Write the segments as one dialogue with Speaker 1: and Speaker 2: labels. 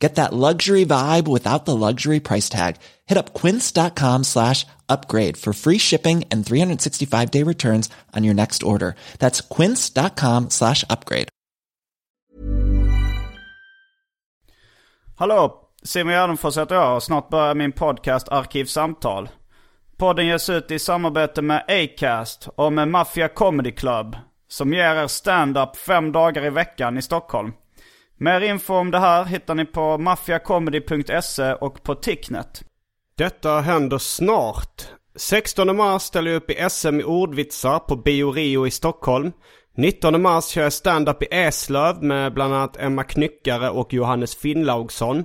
Speaker 1: Get that luxury vibe without the luxury price tag. Hit up quince.com slash upgrade for free shipping and 365 day returns on your next order. That's quince.com slash upgrade.
Speaker 2: Hallå! Simon Gärdenfors heter jag och snart börjar min podcast Arkivsamtal. Podden ges ut i samarbete med Acast och med Mafia Comedy Club som ger er stand-up fem dagar i veckan i Stockholm. Mer info om det här hittar ni på mafiacomedy.se och på Ticknet.
Speaker 3: Detta händer snart. 16 mars ställer jag upp i SM i ordvitsar på Bio Rio i Stockholm. 19 mars kör jag stand-up i Eslöv med bland annat Emma Knyckare och Johannes Finnlaugsson.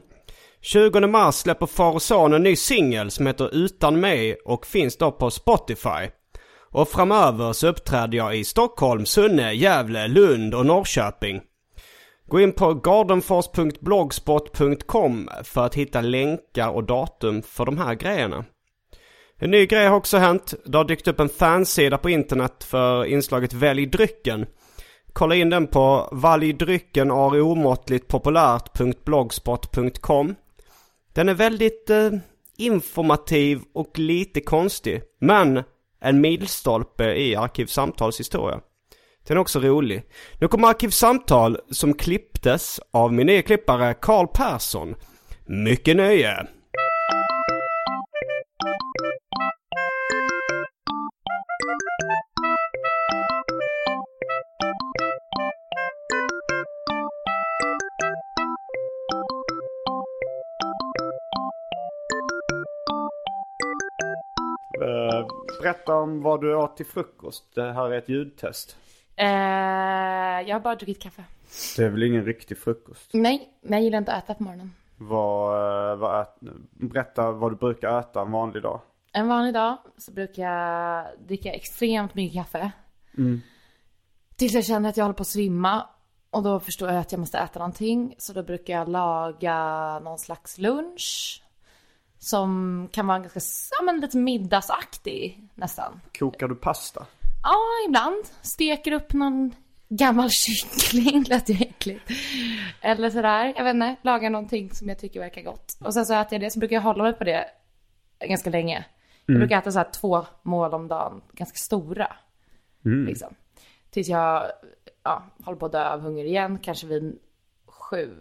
Speaker 3: 20 mars släpper Far och Son en ny singel som heter Utan mig och finns då på Spotify. Och framöver så uppträder jag i Stockholm, Sunne, Gävle, Lund och Norrköping. Gå in på gardenfors.blogspot.com för att hitta länkar och datum för de här grejerna. En ny grej har också hänt. Det har dykt upp en fansida på internet för inslaget Välj drycken. Kolla in den på valjdryckenariomåttligtpopulärt.blogspot.com. Den är väldigt eh, informativ och lite konstig. Men en milstolpe i Arkivsamtals historia. Den är också rolig. Nu kommer Arkivsamtal som klipptes av min nya klippare Karl Persson. Mycket nöje! Berätta om vad du åt till frukost. Det här är ett ljudtest.
Speaker 4: Eh, jag har bara druckit kaffe.
Speaker 3: Det är väl ingen riktig frukost?
Speaker 4: Nej, men jag gillar inte att äta på morgonen.
Speaker 3: Vad, eh, vad ät, berätta vad du brukar äta en vanlig dag.
Speaker 4: En vanlig dag så brukar jag dricka extremt mycket kaffe. Tills jag känner att jag håller på att svimma. Och då förstår jag att jag måste äta någonting. Så då brukar jag laga någon slags lunch. Som kan vara ganska, ja men lite middagsaktig nästan.
Speaker 3: Kokar du pasta?
Speaker 4: Ja, ibland. Steker upp någon gammal kyckling, lät ju äckligt. Eller sådär, jag vet inte. Lagar någonting som jag tycker verkar gott. Och sen så äter jag det, så brukar jag hålla mig på det ganska länge. Jag brukar äta så här två mål om dagen, ganska stora. Liksom. Tills jag ja, håller på att dö av hunger igen, kanske vid sju,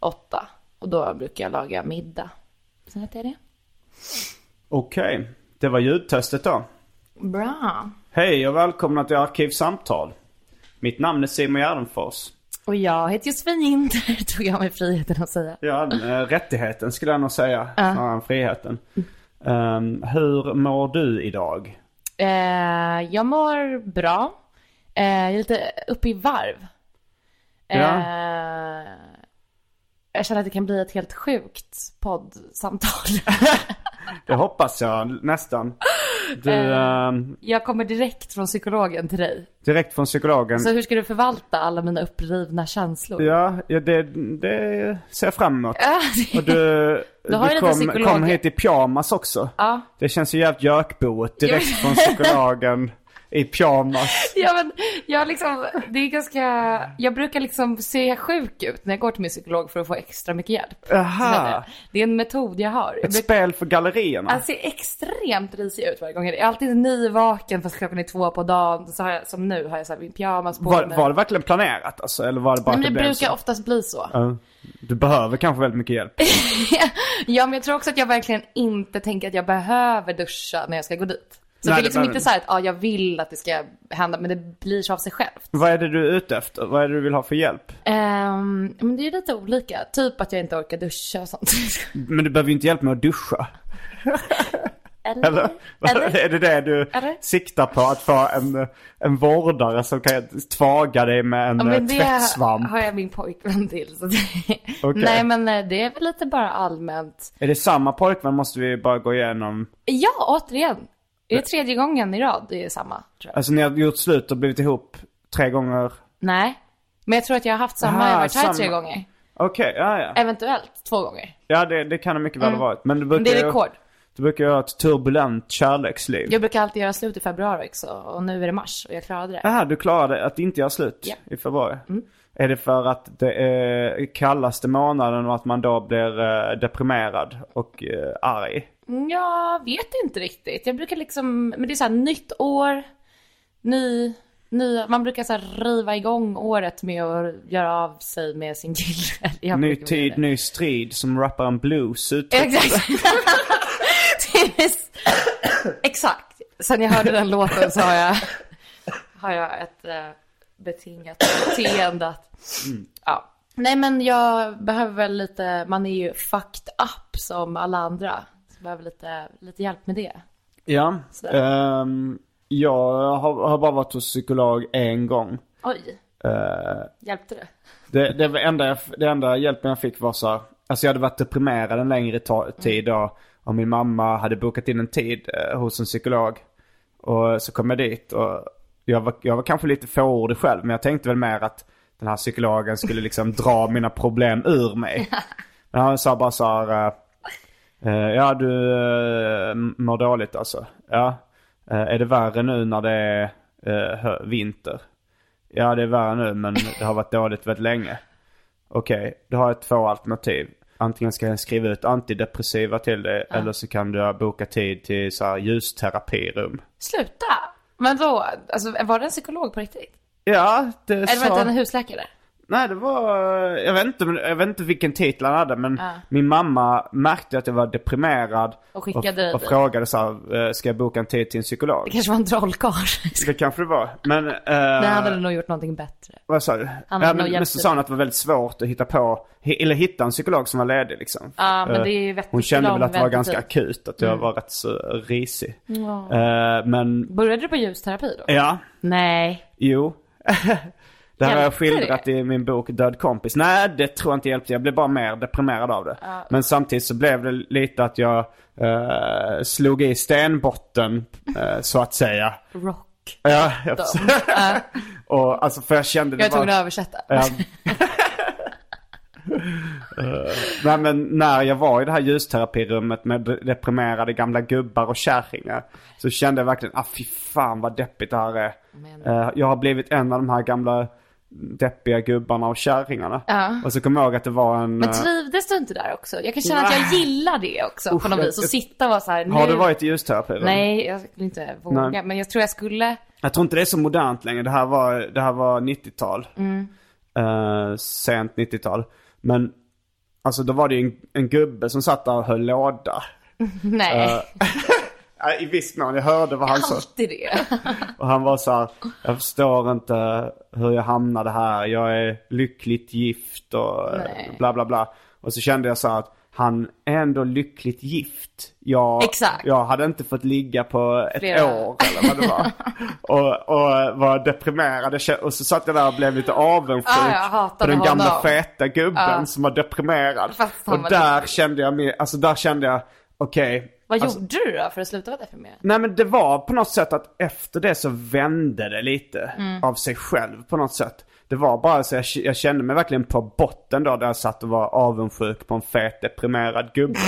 Speaker 4: åtta. Och då brukar jag laga middag. Sen äter jag det.
Speaker 2: Okej, det var ljudtestet då.
Speaker 4: Bra.
Speaker 2: Hej och välkomna till Arkivsamtal. Mitt namn är Simon Gärdenfors.
Speaker 4: Och jag heter Josefin Ginder, tog jag mig friheten att säga.
Speaker 2: Ja, eh, rättigheten skulle jag nog säga. Snarare än friheten. Ehm, hur mår du idag?
Speaker 4: Eh, jag mår bra. Eh, jag är lite uppe i varv. Eh,
Speaker 2: Ja.
Speaker 4: Jag känner att det kan bli ett helt sjukt poddsamtal.
Speaker 2: Det hoppas jag nästan. Du, ehm,
Speaker 4: jag kommer direkt från psykologen till dig.
Speaker 2: direkt från psykologen.
Speaker 4: Så hur ska du förvalta alla mina upprivna känslor?
Speaker 2: Ja, ja det, det ser jag fram emot. Och du,
Speaker 4: Du har ju
Speaker 2: du
Speaker 4: lite
Speaker 2: kom,
Speaker 4: psykolog-
Speaker 2: kom hit i pyjamas också.
Speaker 4: Ja.
Speaker 2: Det känns ju jävligt gökboet direkt från psykologen i pyjamas.
Speaker 4: Ja, men jag, liksom, det är ganska, jag brukar liksom se sjuk ut när jag går till min psykolog för att få extra mycket hjälp.
Speaker 2: Aha.
Speaker 4: Det är en metod jag har. Jag
Speaker 2: Ett
Speaker 4: brukar-
Speaker 2: spel för gallerierna.
Speaker 4: Han ser extremt risig ut varje gång. Jag är alltid nyvaken fast klockan är två på dagen. Så har jag, som nu har jag så här min pyjamas på
Speaker 2: var,
Speaker 4: mig.
Speaker 2: var det verkligen planerat alltså? Eller var det bara
Speaker 4: Nej,
Speaker 2: att
Speaker 4: men det
Speaker 2: det blev
Speaker 4: brukar
Speaker 2: så?
Speaker 4: oftast bli så.
Speaker 2: Ja. Du behöver kanske väldigt mycket hjälp.
Speaker 4: Ja, men jag tror också att jag verkligen inte tänker att jag behöver duscha när jag ska gå dit. Så
Speaker 5: Nej,
Speaker 4: det
Speaker 5: det
Speaker 4: är liksom
Speaker 5: behöver-
Speaker 4: inte så här att ja, jag vill att det ska hända, men det blir så av sig självt.
Speaker 3: Vad är det du är ute efter? Vad är det du vill ha för hjälp?
Speaker 4: Ehm, men det är ju lite olika. Typ att jag inte orkar duscha och sånt.
Speaker 3: Men du behöver ju inte hjälp med att duscha.
Speaker 4: Eller?
Speaker 3: Eller?
Speaker 4: Eller?
Speaker 3: Är det det du
Speaker 4: Eller?
Speaker 3: siktar på? Att få en, en vårdare som kan tvaga dig med en
Speaker 4: Ja,
Speaker 3: eh,
Speaker 4: men det
Speaker 3: tvättsvamp?
Speaker 4: har jag min pojkvän till. Så det...
Speaker 3: Okej.
Speaker 4: Nej, men eh, det är väl lite bara allmänt.
Speaker 3: Är det samma pojkvän måste vi bara gå igenom.
Speaker 4: Ja, återigen. Det är tredje gången i rad det är samma, tror jag.
Speaker 3: Alltså ni har gjort slut och blivit ihop tre gånger.
Speaker 4: Nej, men jag tror att jag har haft samma,
Speaker 3: Ah,
Speaker 4: jag har varit här
Speaker 3: samma.
Speaker 4: tre gånger.
Speaker 3: Okej, ja ja.
Speaker 4: Eventuellt två gånger.
Speaker 3: Ja det, det kan det mycket väl ha varit. Men du
Speaker 4: Men
Speaker 3: brukar,
Speaker 4: Mm. det är
Speaker 3: ju-
Speaker 4: rekord.
Speaker 3: Du brukar ju ha ett turbulent kärleksliv.
Speaker 4: Jag brukar alltid göra slut i februari också och nu är det mars och jag klarade det.
Speaker 3: Jaha, du klarade att inte göra slut
Speaker 4: Ja. Mm.
Speaker 3: i februari? Är det för att det är kallaste månaden och att man då blir eh, deprimerad och eh, arg?
Speaker 4: Mm, Jag vet inte riktigt. Jag brukar liksom, men det är så här nytt år, ny, ny, man brukar så här riva igång året med att göra av sig med sin kille. Jag
Speaker 3: Ny
Speaker 4: brukar
Speaker 3: tid,
Speaker 4: göra det.
Speaker 3: ny strid som rapparen Blues ut.
Speaker 4: Exakt. Det är s- Exakt. Sen jag hörde den låten så har jag, har jag ett eh, betingat beteende att, ja. Nej men jag behöver väl lite, man är ju fucked up som alla andra. Så jag behöver lite, lite hjälp med det.
Speaker 3: Ja.
Speaker 4: Sådär.
Speaker 3: Ehm, jag har, har bara varit hos psykolog en gång.
Speaker 4: Oj,
Speaker 3: Eh,
Speaker 4: hjälpte det?
Speaker 3: Det, det, var enda jag, det enda hjälpen jag fick var så här, alltså jag hade varit deprimerad en längre ta- tid och, och min mamma hade bokat in en tid eh, hos en psykolog. Och så kom jag dit och jag var, jag var kanske lite fåordig själv men jag tänkte väl mer att den här psykologen skulle liksom dra mina problem ur mig. Men han sa bara så här, eh, Eh, ja, du eh, mår dåligt alltså. Ja. Eh, är det värre nu när det är eh, hö- vinter? Ja, det är värre nu men det har varit dåligt väldigt länge. Okej, du har ett två alternativ. Antingen ska jag skriva ut antidepressiva till dig eller så kan du boka tid till så här ljusterapirum.
Speaker 4: Sluta! Men då, alltså var det en psykolog på riktigt?
Speaker 3: Ja, det
Speaker 4: Eller var det
Speaker 3: sa-
Speaker 4: en husläkare?
Speaker 3: Nej, det var... Jag vet inte, men- jag vet inte vilken titel han hade, men
Speaker 4: Ja.
Speaker 3: min mamma märkte att jag var deprimerad.
Speaker 4: Och skickade dig
Speaker 3: och, och
Speaker 4: dit.
Speaker 3: frågade så här, "Eh, ska jag boka en tid till en psykolog?
Speaker 4: Det kanske var en trollkarl.
Speaker 3: Det kanske det var. Men... eh,
Speaker 4: Nej, han hade nog gjort någonting bättre.
Speaker 3: Vad sa du? Ja,
Speaker 4: hade nog
Speaker 3: men, men
Speaker 4: hjälpt
Speaker 3: så
Speaker 4: dig.
Speaker 3: sa hon att det var väldigt svårt att hitta på, hi- eller hitta en psykolog som var ledig liksom.
Speaker 4: Ja, men
Speaker 3: Eh,
Speaker 4: det är ju vettigt.
Speaker 3: Hon kände väl
Speaker 4: Lång
Speaker 3: att det var ganska
Speaker 4: väntetid.
Speaker 3: akut, att jag var rätt så risig.
Speaker 4: typ. Mm. Ja.
Speaker 3: Eh, men,
Speaker 4: Började du på ljusterapi då?
Speaker 3: ja,
Speaker 4: Nej.
Speaker 3: jo. det här har jag
Speaker 4: Hjälpte det?
Speaker 3: skildrat i min bok Död kompis. Nej, det tror jag inte hjälpte. Jag blev bara mer deprimerad av det. Men samtidigt så blev det lite att jag eh, slog i stenbotten, eh, så att säga.
Speaker 4: Rock.
Speaker 3: Ja, jag, och, alltså, för jag kände det
Speaker 4: Jag var
Speaker 3: var...
Speaker 4: tvungen att översätta.
Speaker 3: Ja. Eh, nej men när jag var i det här ljusterapirummet med de- deprimerade gamla gubbar och kärringar. Så kände jag verkligen, ah fy fan vad deppigt det här är.
Speaker 4: Men-
Speaker 3: Eh, jag har blivit en av de här gamla deppiga gubbarna och kärringarna.
Speaker 4: Ja.
Speaker 3: Och så kom jag ihåg att det var en...
Speaker 4: Men
Speaker 3: eh,
Speaker 4: trivdes du inte där också? Jag kan känna att jag gillar det också
Speaker 3: Usch,
Speaker 4: på något
Speaker 3: jag-
Speaker 4: vis. Och
Speaker 3: jag-
Speaker 4: sitta och vara så här.
Speaker 3: eh, har
Speaker 4: nu-
Speaker 3: du varit i ljusterapirum?
Speaker 4: Nej, jag skulle inte våga.
Speaker 3: Nej.
Speaker 4: Men jag tror jag skulle.
Speaker 3: Jag tror inte det är så modernt längre. Det här var, det här var 90-tal.
Speaker 4: Mm.
Speaker 3: Eh, sent 90-tal. Men alltså då var det ju en, en gubbe som satt där och höll låda.
Speaker 4: Nej,
Speaker 3: Eh, Ja, I viss mån, jag hörde vad han sa.
Speaker 4: alltid det.
Speaker 3: Och han var så här, jag förstår inte hur jag hamnade här. Jag är lyckligt gift och eh,
Speaker 4: Nej.
Speaker 3: bla bla bla. Och så kände jag så här att han är ändå lyckligt gift. Jag,
Speaker 4: Exakt.
Speaker 3: jag hade inte fått ligga på ett
Speaker 4: Flera.
Speaker 3: år eller vad det var. och, och var deprimerad. Jag kände- Och så satt jag där och blev lite avundsjuk
Speaker 4: Ja, jag hatade
Speaker 3: på den
Speaker 4: honom.
Speaker 3: gamla feta gubben
Speaker 4: Ja.
Speaker 3: som var deprimerad.
Speaker 4: Fast han
Speaker 3: och
Speaker 4: var
Speaker 3: där kände jag, mer- alltså där kände jag, okej.
Speaker 4: Vad
Speaker 3: alltså,
Speaker 4: gjorde du då för att sluta vara deprimerad?
Speaker 3: Nej men det var på något sätt att efter det så vände det lite
Speaker 4: Mm.
Speaker 3: av sig själv på något sätt. Det var bara så jag, jag kände mig verkligen på botten då där jag satt och var avundsjuk på en fet deprimerad gubbe.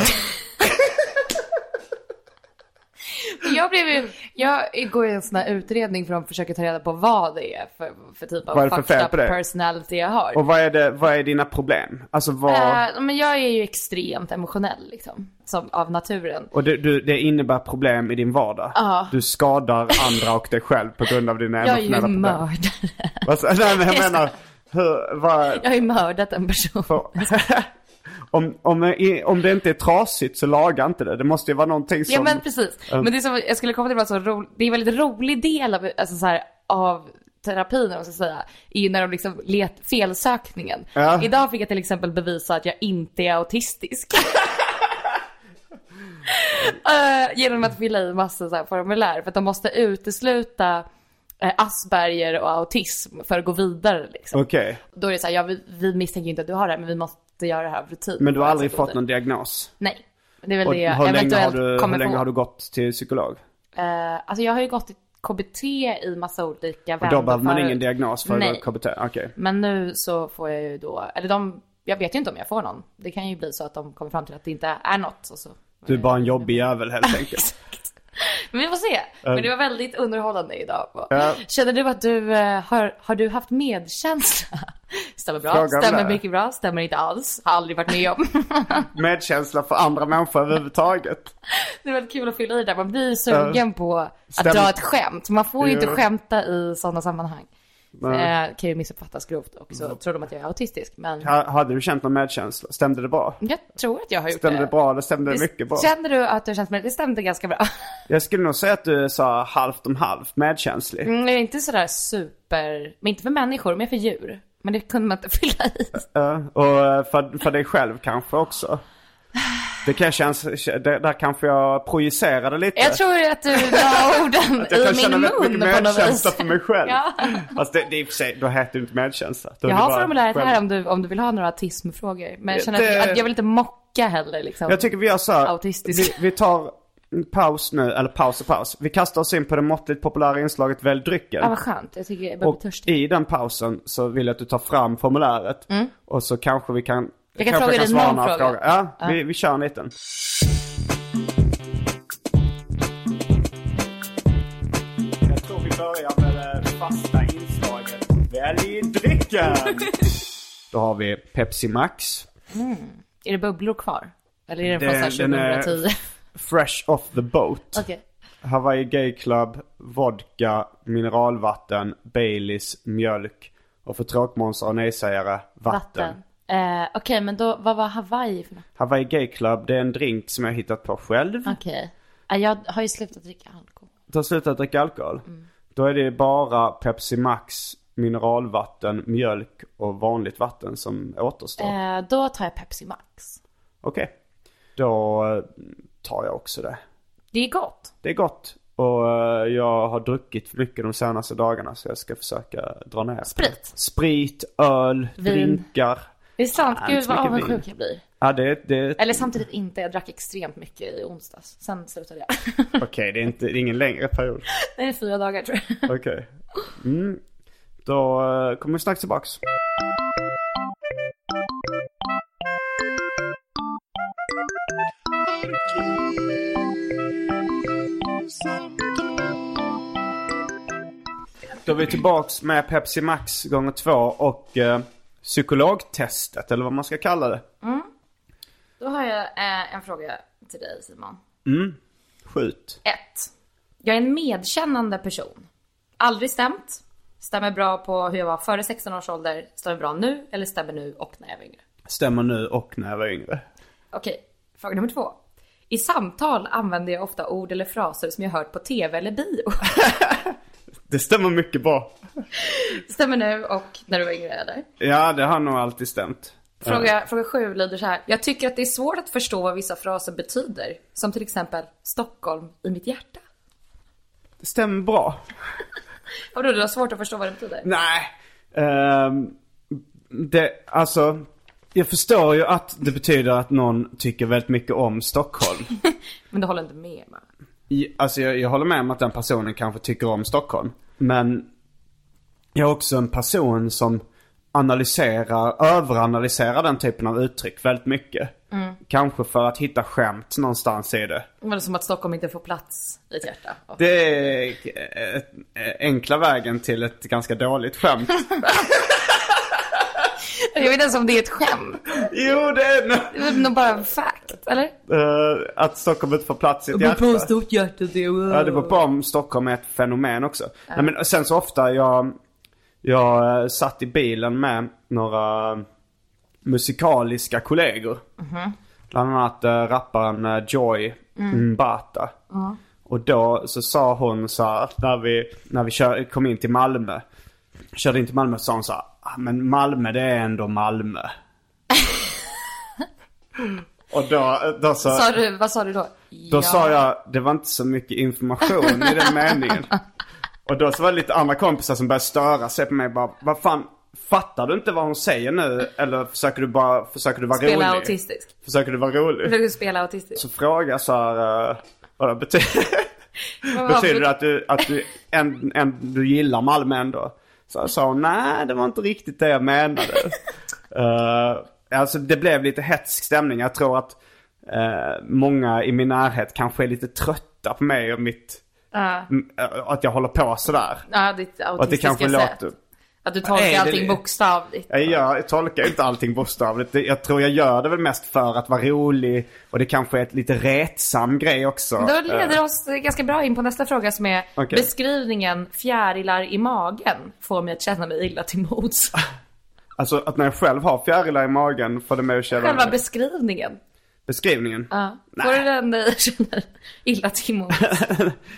Speaker 4: Jag blev ju, jag går i en sån här utredning för de försöker ta reda på vad det är för, för typ
Speaker 3: Vad är
Speaker 4: av
Speaker 3: det för
Speaker 4: fucked
Speaker 3: fel
Speaker 4: up
Speaker 3: på det?
Speaker 4: personality jag har.
Speaker 3: och vad är, det, vad är dina problem? Alltså vad...
Speaker 4: Eh, men jag är ju extremt emotionell liksom, som, av naturen.
Speaker 3: Och det, du, det innebär problem i din vardag.
Speaker 4: Ja.
Speaker 3: Du skadar andra och dig själv på grund av dina
Speaker 4: Jag är ju
Speaker 3: emotionella problem.
Speaker 4: mördare.
Speaker 3: Vad sa- Nej men jag menar, hur, vad...
Speaker 4: Jag har ju mördat en person.
Speaker 3: På... Om, om, i- om det inte är trasigt så laga inte det. Det måste ju vara någonting som...
Speaker 4: Ja men precis. Men det som jag skulle komma till var så roligt, det är en väldigt rolig del av, alltså så här, av terapin, om man ska säga, är ju när de liksom let felsökningen.
Speaker 3: Ja.
Speaker 4: Idag fick jag till exempel bevisa att jag inte är autistisk. Eh, genom att fylla i massa så här formulär, för att de måste utesluta eh, Asperger och autism för att gå vidare liksom.
Speaker 3: Okej,
Speaker 4: Då är det så här, ja, vi, vi misstänker inte att du har det, här, men vi måste göra det här av rutin.
Speaker 3: men du har aldrig
Speaker 4: Alltså,
Speaker 3: fått någon diagnos?
Speaker 4: Nej. Det är väl
Speaker 3: Och
Speaker 4: det jag
Speaker 3: hur, länge har
Speaker 4: eventuellt
Speaker 3: du, hur
Speaker 4: kommer
Speaker 3: länge
Speaker 4: få.
Speaker 3: har du gått till psykolog?
Speaker 4: Eh, alltså jag har ju gått i KBT i massa olika
Speaker 3: Och
Speaker 4: vändor
Speaker 3: då behöver man
Speaker 4: förut.
Speaker 3: ingen diagnos för att
Speaker 4: Nej.
Speaker 3: gå KBT? Okej.
Speaker 4: Men nu så får jag ju då, eller de, jag vet ju inte om jag får någon. Det kan ju bli så att de kommer fram till att det inte är något. Och så.
Speaker 3: Du är bara en jobbig jävel helt enkelt.
Speaker 4: Men vi får se. Men det var väldigt underhållande idag.
Speaker 3: Eh. Ja.
Speaker 4: Känner du att du, eh, har, har du haft medkänsla? Stämmer bra,
Speaker 3: Fråga om
Speaker 4: stämmer
Speaker 3: det.
Speaker 4: mycket bra, stämmer inte alls, har aldrig varit med om.
Speaker 3: Medkänsla för andra människor överhuvudtaget.
Speaker 4: Det är väldigt kul att fylla i där. Man blir ju sugen på att
Speaker 3: stäm-
Speaker 4: dra ett skämt. Man får ju inte
Speaker 3: Jo.
Speaker 4: skämta i sådana sammanhang.
Speaker 3: Nej. Mm.
Speaker 4: Eh, kan ju missuppfattas grovt och så tror de att jag är autistisk. Men
Speaker 3: Ha- Hade du känt någon medkänsla? Stämde det bra?
Speaker 4: jag tror att jag har gjort
Speaker 3: Stämde det
Speaker 4: det.
Speaker 3: bra eller stämde det mycket bra?
Speaker 4: Känner du att du känns med? Det stämde ganska bra.
Speaker 3: Jag skulle nog säga att du sa halvt om halvt medkänslig.
Speaker 4: Mm, jag är inte sådär super, men inte för människor, men för djur. Men det kunde man inte fylla i.
Speaker 3: Ja, och eh, för, för dig själv kanske också. Det kan kännas, det, där kanske jag projicerade lite.
Speaker 4: Jag tror att du la orden
Speaker 3: jag kan
Speaker 4: i
Speaker 3: känna
Speaker 4: min
Speaker 3: väldigt
Speaker 4: mun
Speaker 3: mycket
Speaker 4: på något vis.
Speaker 3: medkänsla för mig själv.
Speaker 4: Ja.
Speaker 3: Fast det, det är i och för sig, då heter det inte medkänsla. Då är
Speaker 4: Jag
Speaker 3: det
Speaker 4: har
Speaker 3: bara
Speaker 4: formuläret här
Speaker 3: själv-
Speaker 4: om du, om du vill ha några autismfrågor. Men jag känner
Speaker 3: Det-
Speaker 4: att jag, att jag vill inte mocka heller liksom.
Speaker 3: Jag tycker vi gör så här. Vi,
Speaker 4: Autistisk.
Speaker 3: vi tar en paus nu, eller paus och paus. Vi kastar oss in på det måttligt populära inslaget Välj drycken.
Speaker 4: Ja, vad skönt. Jag tycker jag börjar bli
Speaker 3: och
Speaker 4: törstig.
Speaker 3: i den pausen så vill jag att du tar fram formuläret. Och så kanske vi kan...
Speaker 4: Jag kan
Speaker 3: kanske
Speaker 4: fråga dig
Speaker 3: svara
Speaker 4: någon
Speaker 3: några
Speaker 4: fråga.
Speaker 3: frågor. Ja, Vi, vi kör en liten. Jag tror vi börjar med det fasta inslaget Välj drycken! Då har vi Pepsi Max.
Speaker 4: Är det bubblor kvar? Eller är det
Speaker 3: Det-
Speaker 4: från såhär
Speaker 3: den är-
Speaker 4: 2010?
Speaker 3: Fresh off the boat.
Speaker 4: Okej.
Speaker 3: Hawaii Gay Club, vodka, mineralvatten, Baileys, mjölk och för tråkmånsar och nejsägare, vatten.
Speaker 4: Vatten. Eh, Okej, men då, vad var Hawaii för något?
Speaker 3: Hawaii Gay Club, det är en drink som jag har hittat på själv.
Speaker 4: Okej. Eh, Jag har ju slutat dricka alkohol.
Speaker 3: Du har slutat dricka alkohol.
Speaker 4: Mm.
Speaker 3: Då är det bara Pepsi Max, mineralvatten, mjölk och vanligt vatten som återstår.
Speaker 4: Eh, då tar jag Pepsi Max.
Speaker 3: Okej. Då eh, tar jag också det.
Speaker 4: Det är gott.
Speaker 3: Det är gott. Och eh, jag har druckit för mycket de senaste dagarna så jag ska försöka dra ner.
Speaker 4: Sprit.
Speaker 3: Sprit, öl,
Speaker 4: Vin.
Speaker 3: drinkar.
Speaker 4: Det är sant.
Speaker 3: Fan,
Speaker 4: Gud
Speaker 3: så
Speaker 4: vad
Speaker 3: mycket vin.
Speaker 4: avundsjuk jag blir.
Speaker 3: Ja, det, det,
Speaker 4: Eller samtidigt inte. Jag drack extremt mycket i onsdags. Sen slutade jag.
Speaker 3: Okej, det, är inte- det är ingen längre period.
Speaker 4: det är fyra dagar tror jag.
Speaker 3: Okej. Mm. Då eh, kommer vi strax tillbaks. Då är vi tillbaks med Pepsi Max gånger två och eh, psykologtestet eller vad man ska kalla det.
Speaker 4: Då har jag eh, en fråga till dig Simon.
Speaker 3: Skjut.
Speaker 4: Ett. Jag är en medkännande person. Aldrig stämt. Stämmer bra på hur jag var före 16 års ålder. Stämmer bra nu eller stämmer nu och när jag var yngre.
Speaker 3: Stämmer nu och när jag var yngre.
Speaker 4: Okej, fråga nummer två. I samtal använder jag ofta ord eller fraser som jag hört på TV eller bio.
Speaker 3: Det stämmer mycket bra.
Speaker 4: Stämmer nu och när du var yngre eller?
Speaker 3: Ja, det har nog alltid stämt.
Speaker 4: Fråga, fråga sju lyder så här. Jag tycker att det är svårt att förstå vad vissa fraser betyder. Som till exempel Stockholm i mitt hjärta.
Speaker 3: Det stämmer bra.
Speaker 4: Vadå, du har svårt att förstå vad det betyder?
Speaker 3: Nej. Ehm, det, alltså. Jag förstår ju att det betyder att någon tycker väldigt mycket om Stockholm.
Speaker 4: Men du håller inte med va?
Speaker 3: I, alltså jag, jag håller med om att den personen kanske tycker om Stockholm. Men jag är också en person som analyserar, överanalyserar den typen av uttryck väldigt mycket. Kanske för att hitta skämt någonstans i det.
Speaker 4: Var det som att Stockholm inte får plats i ett hjärta? Och-
Speaker 3: Det är eh, eh, enkla vägen till ett ganska dåligt skämt.
Speaker 4: Jag vet inte ens om det är ett skämt.
Speaker 3: jo, det är nog-
Speaker 4: Det är väl nog bara en fact, eller?
Speaker 3: Eh, att Stockholm inte får plats i ett hjärta.
Speaker 4: stort hjärta det
Speaker 3: Ja, det beror på om Stockholm är ett fenomen också. Nej, men sen så ofta jag, jag eh, satt i bilen med några musikaliska kollegor.
Speaker 4: Mhm.
Speaker 3: Bland annat eh, rapparen eh, Joy
Speaker 4: Mm.
Speaker 3: Mbata. Och då så sa hon så här, när vi, när vi kör, kom in till Malmö. Körde in till Malmö så sa hon så här, "Ah, men Malmö det är ändå Malmö. Och då, då så,
Speaker 4: Sa du, vad sa du då?
Speaker 3: då sa jag, det var inte så mycket information i den meningen. Och då så var det lite andra kompisar som började störa sig på mig bara, vad fan, fattar du inte vad hon säger nu? Eller försöker du bara, försöker du vara
Speaker 4: Spela
Speaker 3: rolig?
Speaker 4: autistisk.
Speaker 3: Försöker du vara
Speaker 4: Du
Speaker 3: rolig?
Speaker 4: försöker spela autistisk.
Speaker 3: Så fråga så här, eh, vad det betyder,
Speaker 4: Men vad-
Speaker 3: betyder det att du, att du, en, en, du gillar Malmö ändå? Så jag sa hon, nej det var inte riktigt det jag menade. Eh, alltså det blev lite hetsk stämning. Jag tror att eh, många i min närhet kanske är lite trötta på mig och mitt
Speaker 4: Ja,
Speaker 3: Mm, äh, att jag håller på sådär.
Speaker 4: ja, ditt
Speaker 3: Att det
Speaker 4: autistiska
Speaker 3: kanske
Speaker 4: sätt.
Speaker 3: låter...
Speaker 4: Att du tolkar
Speaker 3: Nej, det-
Speaker 4: allting bokstavligt.
Speaker 3: Jag, gör, jag tolkar inte allting bokstavligt. Det- Jag tror jag gör det väl mest för att vara rolig och det kanske är ett lite retsam grej också.
Speaker 4: Då leder
Speaker 3: Eh,
Speaker 4: oss ganska bra in på nästa fråga som är
Speaker 3: Okej.
Speaker 4: beskrivningen fjärilar i magen får mig att känna mig illa till mods.
Speaker 3: Alltså att när jag själv har fjärilar i magen får det mig att känna...
Speaker 4: Själva beskrivningen.
Speaker 3: Beskrivningen.
Speaker 4: Ja. Får du den dig att känna illa till mods?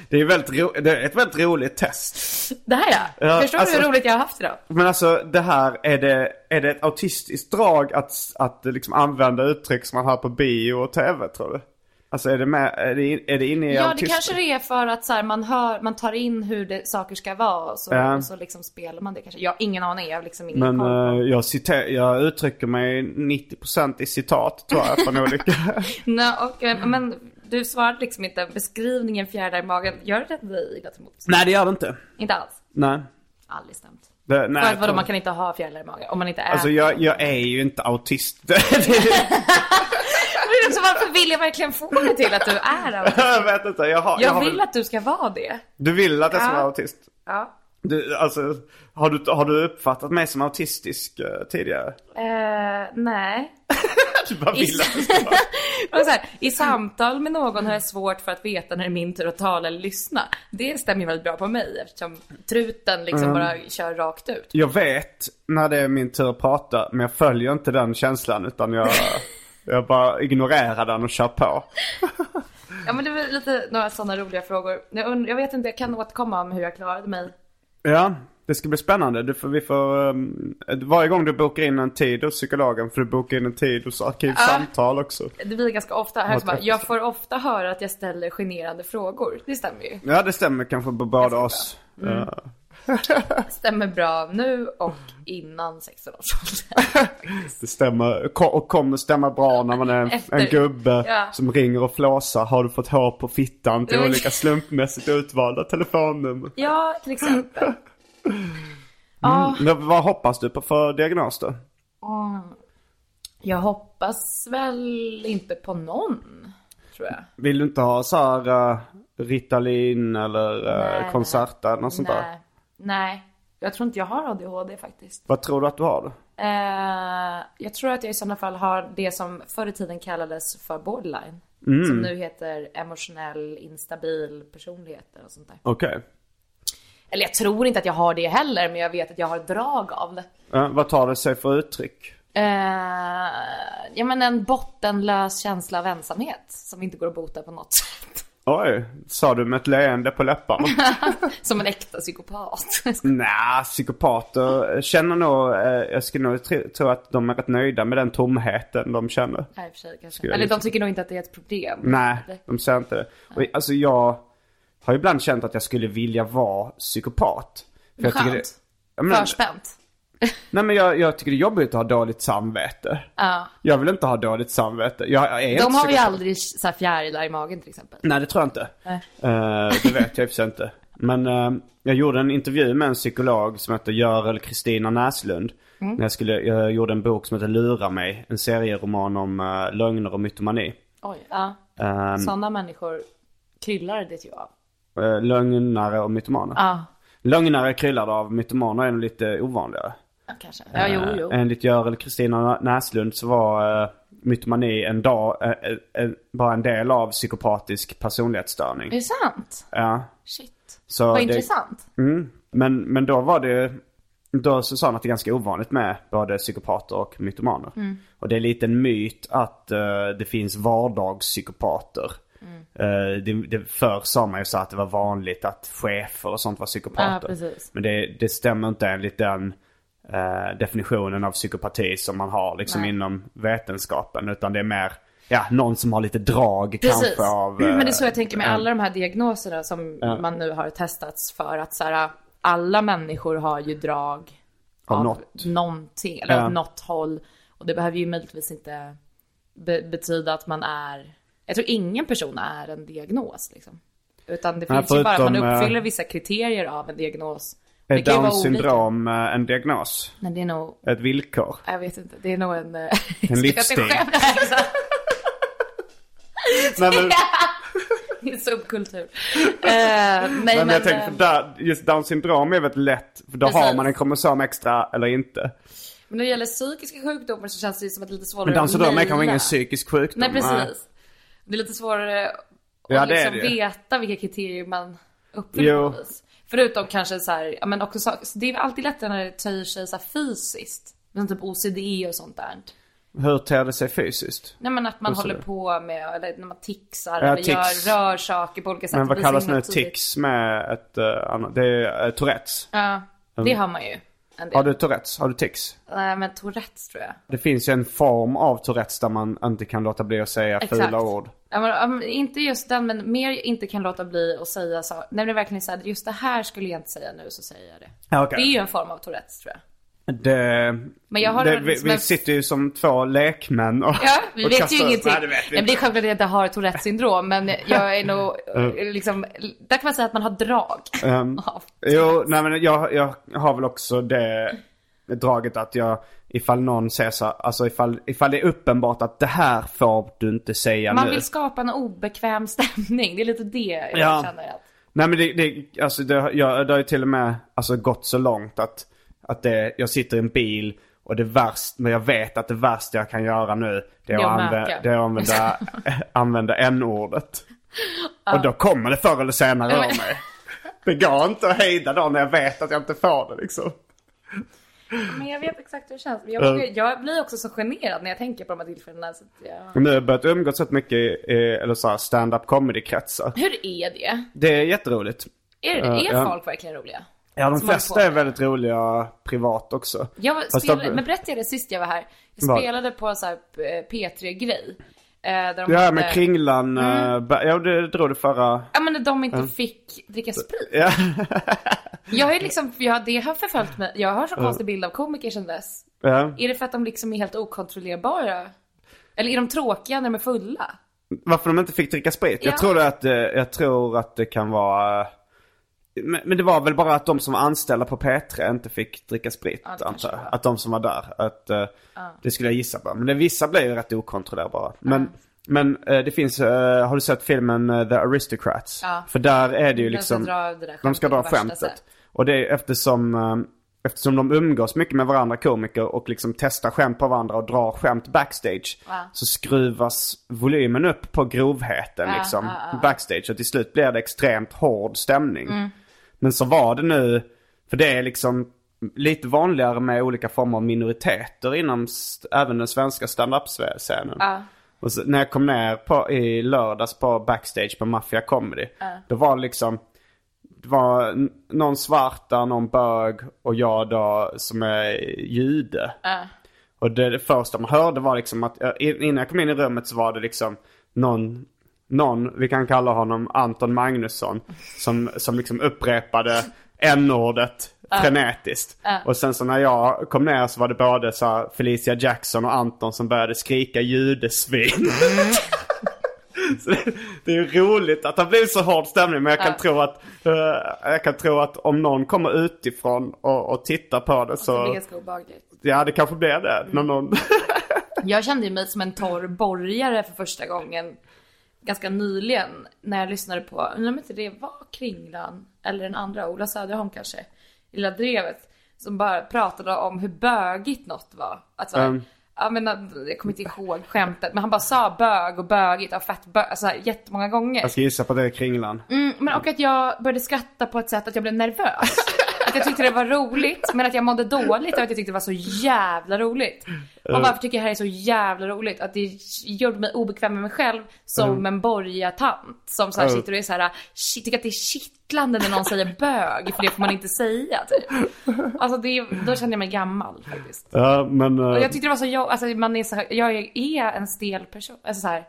Speaker 3: Det är, väldigt ro... det är ett väldigt roligt test.
Speaker 4: Det här ja.
Speaker 3: Ja,
Speaker 4: Förstår du hur
Speaker 3: alltså-
Speaker 4: roligt jag har haft idag?
Speaker 3: Men alltså det här, är det, är det ett autistiskt drag att, att liksom använda uttryck som man hör på bio och tv tror du? Alltså är det, med, är det, är det inne i
Speaker 4: Ja, det
Speaker 3: autister?
Speaker 4: kanske det är för att så här, man, hör, man tar in hur det, saker ska vara och så,
Speaker 3: Ja.
Speaker 4: och så liksom spelar man det kanske. Jag har ingen aning, jag har liksom ingen
Speaker 3: Men
Speaker 4: koll.
Speaker 3: eh, jag, citer- jag uttrycker mig 90% i citat tror jag från olika.
Speaker 4: Nej, och, eh, men du svarade liksom inte. Beskrivningen fjärilar i magen, gör det dig illa till mods?
Speaker 3: nej det gör det inte.
Speaker 4: Inte alls?
Speaker 3: Nej.
Speaker 4: Aldrig stämt.
Speaker 3: Det,
Speaker 4: För
Speaker 3: nej
Speaker 4: att vadå, man kan inte ha fjärilar i magen om man inte är...
Speaker 3: Alltså jag, jag är ju inte autist. Det är-
Speaker 4: Men det är också, varför vill jag verkligen få det till att du är autist?
Speaker 3: jag vet inte, jag har...
Speaker 4: Jag
Speaker 3: har
Speaker 4: vill
Speaker 3: väl-
Speaker 4: att du ska vara det.
Speaker 3: Du vill att jag ska
Speaker 4: Ja.
Speaker 3: vara autist?
Speaker 4: Ja.
Speaker 3: Du, alltså, har du, har du uppfattat mig som autistisk eh, tidigare?
Speaker 4: Eh, nej.
Speaker 3: Du bara vill att jag ska vara...
Speaker 4: Och så här, I samtal med någon har jag svårt för att veta när det är min tur att tala eller lyssna. Det stämmer ju väldigt bra på mig eftersom truten liksom bara kör rakt ut.
Speaker 3: Jag vet när det är min tur att prata, men jag följer inte den känslan utan jag... Jag bara ignorerar den och kör på.
Speaker 4: Ja men det var lite några sådana roliga frågor. Jag, und- jag vet inte, jag kan återkomma om hur jag klarade mig.
Speaker 3: Ja, det ska bli spännande. Du får, vi får, ehm, varje gång du bokar in en tid hos psykologen får du boka in en tid hos arkivsamtal också.
Speaker 4: Det blir ganska ofta här
Speaker 3: Vad
Speaker 4: som bara,
Speaker 3: träffas
Speaker 4: jag
Speaker 3: det?
Speaker 4: får ofta höra att jag ställer generande frågor. Det stämmer ju.
Speaker 3: Ja, det stämmer kanske på båda oss.
Speaker 4: Mm.
Speaker 3: Eh,
Speaker 4: Stämmer bra nu och innan 16 års ålder.
Speaker 3: Det stämmer, ko- och kommer stämma bra när man är en,
Speaker 4: Efter-
Speaker 3: en gubbe
Speaker 4: Ja.
Speaker 3: som ringer och flåsar. Har du fått hår på fittan till
Speaker 4: Mm.
Speaker 3: olika slumpmässigt utvalda telefonnummer?
Speaker 4: Ja, till exempel. Ja,
Speaker 3: Men vad hoppas du på för diagnos då?
Speaker 4: jag hoppas väl inte på någon, tror jag.
Speaker 3: Vill du inte ha så här eh, Ritalin eller
Speaker 4: Nej,
Speaker 3: uh,
Speaker 4: nej.
Speaker 3: Concerta eller något sånt där?
Speaker 4: Nej. Nej, jag tror inte jag har ADHD faktiskt.
Speaker 3: Vad tror du att du har då?
Speaker 4: Eh, jag tror att jag i sådana fall har det som förr i tiden kallades för borderline.
Speaker 3: Mm.
Speaker 4: Som nu heter emotionell instabil personlighet och sånt där.
Speaker 3: Okej.
Speaker 4: Eller jag tror inte att jag har det heller, men jag vet att jag har drag av det.
Speaker 3: Eh, vad tar det sig för uttryck?
Speaker 4: Eh, ja men en bottenlös känsla av ensamhet som inte går att bota på något sätt.
Speaker 3: Oj, sa du med ett leende på läpparna?
Speaker 4: Som en äkta psykopat.
Speaker 3: Nej, psykopater känner nog, eh, jag skulle nog tr- tro att de är rätt nöjda med den tomheten de känner.
Speaker 4: Nej, i och för sig kanske.
Speaker 3: Skulle jag
Speaker 4: Eller de
Speaker 3: inte-
Speaker 4: tycker nog inte att det är ett problem.
Speaker 3: Nej, de säger inte det. Och, alltså jag har ju ibland känt att jag skulle vilja vara psykopat. För jag tycker
Speaker 4: Skönt.
Speaker 3: Ja, men,
Speaker 4: Förspänt.
Speaker 3: nej men jag, jag tycker det är jobbigt att ha dåligt samvete.
Speaker 4: Ja.
Speaker 3: Jag vill inte ha dåligt samvete. Jag, jag är
Speaker 4: De
Speaker 3: inte
Speaker 4: har ju
Speaker 3: psykopat.
Speaker 4: aldrig så här fjärilar i magen till exempel.
Speaker 3: Nej, det tror jag inte.
Speaker 4: Nej.
Speaker 3: Eh, det vet jag i och för sig inte. Men eh, jag gjorde en intervju med en psykolog som heter Görel Kristina Näslund.
Speaker 4: Mm.
Speaker 3: När jag, skulle, jag gjorde en bok som heter Lura mig. En serieroman om eh, lögner och mytomani.
Speaker 4: Oj. Ja.
Speaker 3: Um,
Speaker 4: Sådana människor kryllar det ju av.
Speaker 3: eh, lögnare och mytomaner.
Speaker 4: Ja,
Speaker 3: Lögnare kryllade av mytomaner är nog lite ovanligare.
Speaker 4: kanske. Ja, jo, jo.
Speaker 3: Eh, enligt Görel Kristina Näslund så var eh, mytomani en dag, eh, eh, eh, bara en del av psykopatisk personlighetsstörning.
Speaker 4: Är det sant?
Speaker 3: Ja.
Speaker 4: Shit.
Speaker 3: Så
Speaker 4: Mm. Vad
Speaker 3: det-
Speaker 4: intressant.
Speaker 3: Mm. Men, men då var det Då så sa han att det är ganska ovanligt med både psykopater och mytomaner.
Speaker 4: Mm.
Speaker 3: Och det är lite en myt att eh, det finns vardagspsykopater.
Speaker 4: Mm.
Speaker 3: Eh, det, det, förr sa man ju så att det var vanligt att chefer och sånt var
Speaker 4: Ja,
Speaker 3: psykopater.
Speaker 4: precis.
Speaker 3: Men det, det stämmer inte enligt den eh, definitionen av psykopati som man har liksom
Speaker 4: Nej.
Speaker 3: inom vetenskapen. Utan det är mer ja, någon som har lite drag
Speaker 4: Precis. Mm,
Speaker 3: kanske av...
Speaker 4: Men det är
Speaker 3: eh,
Speaker 4: så jag tänker med
Speaker 3: en-
Speaker 4: alla de här diagnoserna som man nu har testats för att så här, äh, alla människor har ju drag
Speaker 3: Av
Speaker 4: av
Speaker 3: något.
Speaker 4: någonting eller
Speaker 3: Ja.
Speaker 4: åt något håll. Och det behöver ju möjligtvis inte be- betyda att man är, jag tror ingen person är en diagnos liksom. Utan det
Speaker 3: Nej,
Speaker 4: finns ju bara att man
Speaker 3: förutom, eh,
Speaker 4: uppfyller vissa kriterier av en diagnos.
Speaker 3: Är
Speaker 4: Det kan ju vara
Speaker 3: Downs
Speaker 4: olika.
Speaker 3: syndrom eh, en diagnos?
Speaker 4: Men det är nog,
Speaker 3: Ett villkor?
Speaker 4: jag vet inte, det är nog en... eh, En
Speaker 3: livsstil. Nej, men,
Speaker 4: Det är en subkultur. Eh, nej,
Speaker 3: nej, men
Speaker 4: men,
Speaker 3: jag
Speaker 4: eh,
Speaker 3: tänker, för där, just Downs syndrom är väldigt lätt. För då har
Speaker 4: Precis.
Speaker 3: man en kromosom extra eller inte.
Speaker 4: Men när det gäller psykiska sjukdomar så känns det ju som att det är lite svårare
Speaker 3: Men Downs syndrom är
Speaker 4: naila.
Speaker 3: kanske ingen psykisk sjukdom.
Speaker 4: Mm. Nej precis. Det är lite svårare att
Speaker 3: Ja, det är
Speaker 4: liksom
Speaker 3: det ju.
Speaker 4: veta vilka kriterier man uppfyller
Speaker 3: Jo.
Speaker 4: på något vis. Förutom kanske så här, ja men också så, så det är alltid lättare när det töjer sig så här fysiskt. Men typ OCD och sånt där.
Speaker 3: Hur ter det sig fysiskt?
Speaker 4: Nej men att man
Speaker 3: OCD.
Speaker 4: håller på med, eller när man tixar
Speaker 3: Ja,
Speaker 4: eller
Speaker 3: tics.
Speaker 4: gör, rör saker på olika sätt.
Speaker 3: Men
Speaker 4: Det
Speaker 3: vad
Speaker 4: blir så
Speaker 3: kallas
Speaker 4: himla
Speaker 3: nu
Speaker 4: tydligt.
Speaker 3: tics med ett eh, annat? Det är eh, Tourettes.
Speaker 4: Ja, det har man ju. En del.
Speaker 3: Har du Tourettes? Har du tics?
Speaker 4: Nej men Tourettes tror jag.
Speaker 3: Det finns ju en form av Tourettes där man inte kan låta bli att säga fula ord.
Speaker 4: Ja, men, ja, men, inte just den, men mer inte kan låta bli att säga så. Nej, men det är verkligen så här, just det här skulle jag inte säga nu, så säger jag det.
Speaker 3: Ja, okej.
Speaker 4: Det är ju en form av Tourettes tror jag.
Speaker 3: Det,
Speaker 4: Men jag har
Speaker 3: det,
Speaker 4: en-
Speaker 3: vi,
Speaker 4: som
Speaker 3: vi
Speaker 4: en-
Speaker 3: sitter ju som två lekmän och
Speaker 4: Ja, vi
Speaker 3: och
Speaker 4: vet
Speaker 3: kastar
Speaker 4: ju
Speaker 3: oss-
Speaker 4: ingenting.
Speaker 3: Nej, det vet vi
Speaker 4: Nej, men det är
Speaker 3: inte.
Speaker 4: självklart att jag inte har Tourettes syndrom, men jag är nog liksom, där kan man säga att man har drag. av
Speaker 3: Mm. Jo, nej men jag, jag har väl också det draget att jag, ifall någon säger så, alltså ifall, ifall det är uppenbart att det här får du inte säga
Speaker 4: man
Speaker 3: nu.
Speaker 4: vill skapa en obekväm stämning, det är lite det jag
Speaker 3: Ja.
Speaker 4: känner. Att,
Speaker 3: Nej men det, det alltså det, har- jag, det har ju till och med alltså, gått så långt att, att det, jag sitter i en bil och det värst, men jag vet att det värsta jag kan göra nu det är
Speaker 4: Det
Speaker 3: att
Speaker 4: är att
Speaker 3: använda,
Speaker 4: möka.
Speaker 3: det är att använda, använda n-ordet. Och då kommer det förr eller senare
Speaker 4: Ja,
Speaker 3: ur
Speaker 4: men-
Speaker 3: mig. Det går inte att hejda då när jag vet att jag inte får det liksom.
Speaker 4: men jag vet exakt hur det känns. Men
Speaker 3: Mm.
Speaker 4: Jag, jag blir också så generad när jag tänker på de här tillfällena. Så att jag...
Speaker 3: Och nu har jag börjat umgås rätt mycket i, i- eller så här stand-up comedy-kretsar.
Speaker 4: Hur är det?
Speaker 3: Det är jätteroligt.
Speaker 4: Är, det,
Speaker 3: Ja,
Speaker 4: är
Speaker 3: Mm, ja.
Speaker 4: folk verkligen roliga?
Speaker 3: Ja, de
Speaker 4: Som håller på
Speaker 3: flesta är
Speaker 4: med det.
Speaker 3: väldigt roliga privat också.
Speaker 4: Jag
Speaker 3: Fast
Speaker 4: spelade,
Speaker 3: de-
Speaker 4: men berättade jag det sist jag var här?
Speaker 3: Vad?
Speaker 4: Jag spelade på en sån här eh, P3-grej. eh, Där de
Speaker 3: Ja,
Speaker 4: hade-
Speaker 3: med kringlan. eh, ba- Ja, det drog du förra...
Speaker 4: Ja men de inte fick dricka sprit.
Speaker 3: Ja.
Speaker 4: Jag är liksom, jag, det har förföljt mig. Jag har så konstig bild av komiker sedan dess.
Speaker 3: ja.
Speaker 4: Är det för att de liksom är helt okontrollerbara? Eller är de tråkiga när de är fulla?
Speaker 3: Varför de inte fick dricka sprit? Jag,
Speaker 4: Ja.
Speaker 3: tror att, eh, jag tror att det kan vara... eh, Men, men det var väl bara att de som var anställda på P3 inte fick dricka sprit,
Speaker 4: det kanske
Speaker 3: antar jag.
Speaker 4: det var.
Speaker 3: Att de som var där. Att, eh, Det skulle jag gissa på. Men det, vissa blev ju rätt okontrollerbara. Men, men eh, det finns, eh, har du sett filmen eh, The Aristocrats?
Speaker 4: Ja.
Speaker 3: För där är det ju
Speaker 4: De ska
Speaker 3: liksom...
Speaker 4: dra det där
Speaker 3: De ska
Speaker 4: skämtet på
Speaker 3: dra
Speaker 4: värsta
Speaker 3: skämtet.
Speaker 4: sätt.
Speaker 3: Och det är eftersom, eh, eftersom de umgås mycket med varandra komiker och liksom testar skämt på varandra och drar skämt backstage. Så skruvas volymen upp på grovheten liksom backstage. Och till slut blir det extremt hård stämning. Men så var det nu, för det är liksom lite vanligare med olika former av minoriteter inom st- även den svenska standup-scenen. Och så, när jag kom ner på, i lördags på backstage på Mafia Comedy. Då var det liksom, det var n- någon svart där, någon bög och jag då som är jude. Och det, det första man hörde var liksom att, eh, in- innan jag kom in i rummet så var det liksom någon, någon, vi kan kalla honom Anton Magnusson, som, som liksom upprepade n-ordet frenetiskt. Och sen så när jag kom ner så var det både så här Felicia Jackson och Anton som började skrika judesvin. Så det, det är ju roligt att det har blivit så hård stämning men jag kan, tro att, eh, jag kan tro att om någon kommer utifrån och, och tittar på det
Speaker 4: Det blir
Speaker 3: så,
Speaker 4: ganska obehagligt.
Speaker 3: ja det kanske blir det. När någon,
Speaker 4: Jag kände ju mig som en torr borgare för första gången ganska nyligen när jag lyssnade på, undrar om inte det var Kringlan eller den andra, Ola Söderholm kanske, i Lilla Drevet, som bara pratade om hur bögigt något var. Alltså,
Speaker 3: Mm.
Speaker 4: ja, men, jag kommer inte ihåg skämtet, men han bara sa bög och bögigt, ja, fett bög, alltså, jättemånga gånger.
Speaker 3: jag ska gissa på Alltså, det är Kringlan.
Speaker 4: Mm, men och att jag började skratta på ett sätt att jag blev nervös. Att jag tyckte det var roligt, men att jag mådde dåligt av att jag tyckte det var så jävla roligt. Och varför tycker jag det här är så jävla roligt? Att det gjorde mig obekväm med mig själv som en borgartant som så här sitter och är så här, shit, tycker att det är kittlande när någon säger bög, för det får man inte säga typ. Alltså det, då kände jag mig gammal faktiskt.
Speaker 3: Ja, men... eh,
Speaker 4: Och jag tyckte det var så jobbigt, alltså man är så här, jag är en stel person, alltså så här.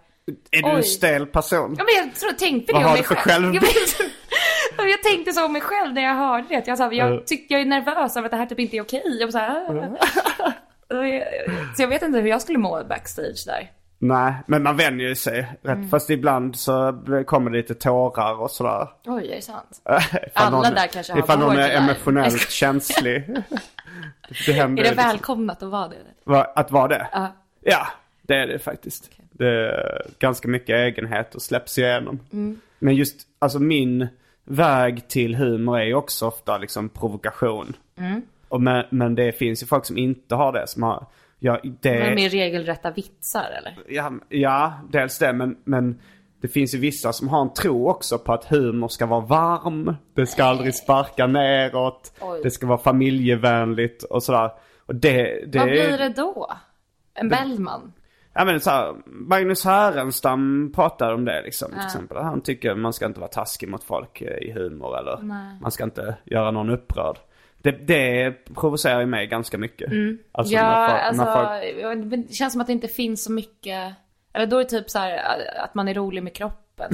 Speaker 3: är du en
Speaker 4: oj.
Speaker 3: stel person?
Speaker 4: Ja men jag tror, tänkte
Speaker 3: Vad
Speaker 4: det om
Speaker 3: har
Speaker 4: mig
Speaker 3: du för
Speaker 4: själv.
Speaker 3: självbild?
Speaker 4: Jag, vet, jag tänkte så om mig själv när jag hörde det. Jag, sa,
Speaker 3: Eh.
Speaker 4: jag, tyck, jag är nervös över att det här typ inte är okej. Jag var så, här, äh. så jag vet inte hur jag skulle må backstage där.
Speaker 3: Nej, men man vänjer ju sig. Rätt.
Speaker 4: Mm.
Speaker 3: Fast ibland så kommer det lite tårar och sådär.
Speaker 4: Oj, är det sant?
Speaker 3: Ifall
Speaker 4: Alla där kanske har
Speaker 3: Ifall någon
Speaker 4: varit
Speaker 3: är
Speaker 4: där.
Speaker 3: emotionellt känslig. Det händer
Speaker 4: Är det
Speaker 3: ju liksom.
Speaker 4: välkomnat att vara det?
Speaker 3: Va- Att vara det?
Speaker 4: Ja.
Speaker 3: Ja, det är det faktiskt. Det är ganska mycket egenhet och släpps igenom.
Speaker 4: Mm.
Speaker 3: Men just, alltså min väg till humor är ju också ofta liksom provokation.
Speaker 4: Mm.
Speaker 3: Och men, men det finns ju folk som inte har det, som har... Ja, det,
Speaker 4: Med mer regelrätta vitsar eller?
Speaker 3: Ja, ja, dels det men, men det finns ju vissa som har en tro också på att humor ska vara varm. Det ska aldrig sparka neråt.
Speaker 4: Oj.
Speaker 3: Det ska vara familjevänligt och sådär. Och det, det,
Speaker 4: Vad blir det då? En Bellman?
Speaker 3: Ja, men så här, Magnus Härenstam pratar om det liksom, till exempel. Han tycker man ska inte vara taskig mot folk eh, i humor eller
Speaker 4: Nej.
Speaker 3: man ska inte göra någon upprörd. Det, det provocerar ju mig ganska mycket. Alltså,
Speaker 4: Mm. Ja,
Speaker 3: när folk-
Speaker 4: alltså,
Speaker 3: när folk,
Speaker 4: men det känns som att det inte finns så mycket, eller då är det typ så här att man är rolig med kroppen.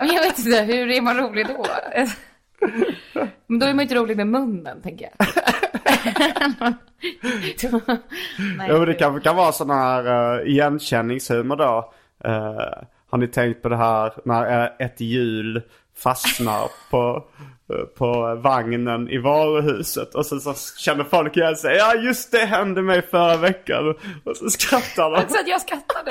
Speaker 4: Men jag vet inte, hur är man rolig då? Men då är man ju inte rolig med munnen, tänker jag. Nej,
Speaker 3: Jo, det kanske kan vara sån här eh, igenkänningshumor då. Eh, har ni tänkt på det här när eh, ett hjul fastnar på, eh, på vagnen i varuhuset och sen så känner folk igen sig. Ja just det hände mig förra veckan. Och så skrattar de.
Speaker 4: Så att jag skrattar nu.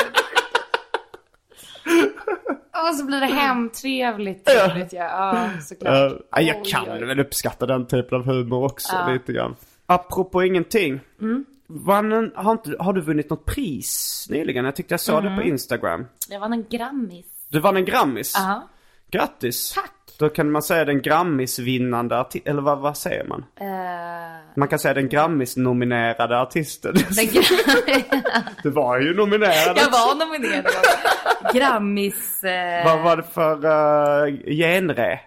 Speaker 4: Och så blir det hemtrevligt. trevligt, Ja. Ja, såklart.
Speaker 3: Eh, nej, jag
Speaker 4: Oj,
Speaker 3: kan
Speaker 4: oj.
Speaker 3: väl uppskatta den typen av humor också lite grann. Apropå ingenting.
Speaker 4: Mm.
Speaker 3: Vann, har, inte, har du vunnit något pris nyligen? Jag tyckte jag såg
Speaker 4: Mm.
Speaker 3: det på Instagram.
Speaker 4: Jag vann en Grammis.
Speaker 3: Du vann en Grammis.
Speaker 4: Ja.
Speaker 3: Grattis!
Speaker 4: Tack.
Speaker 3: Då kan man säga den Grammis-vinnande arti- eller vad, vad säger man?
Speaker 4: Eh,
Speaker 3: Man kan säga den Grammis-nominerade artisten.
Speaker 4: men Grammis.
Speaker 3: Du var ju nominerad!
Speaker 4: Jag var nominerad. Grammis... Eh,
Speaker 3: Vad var det för uh, genre?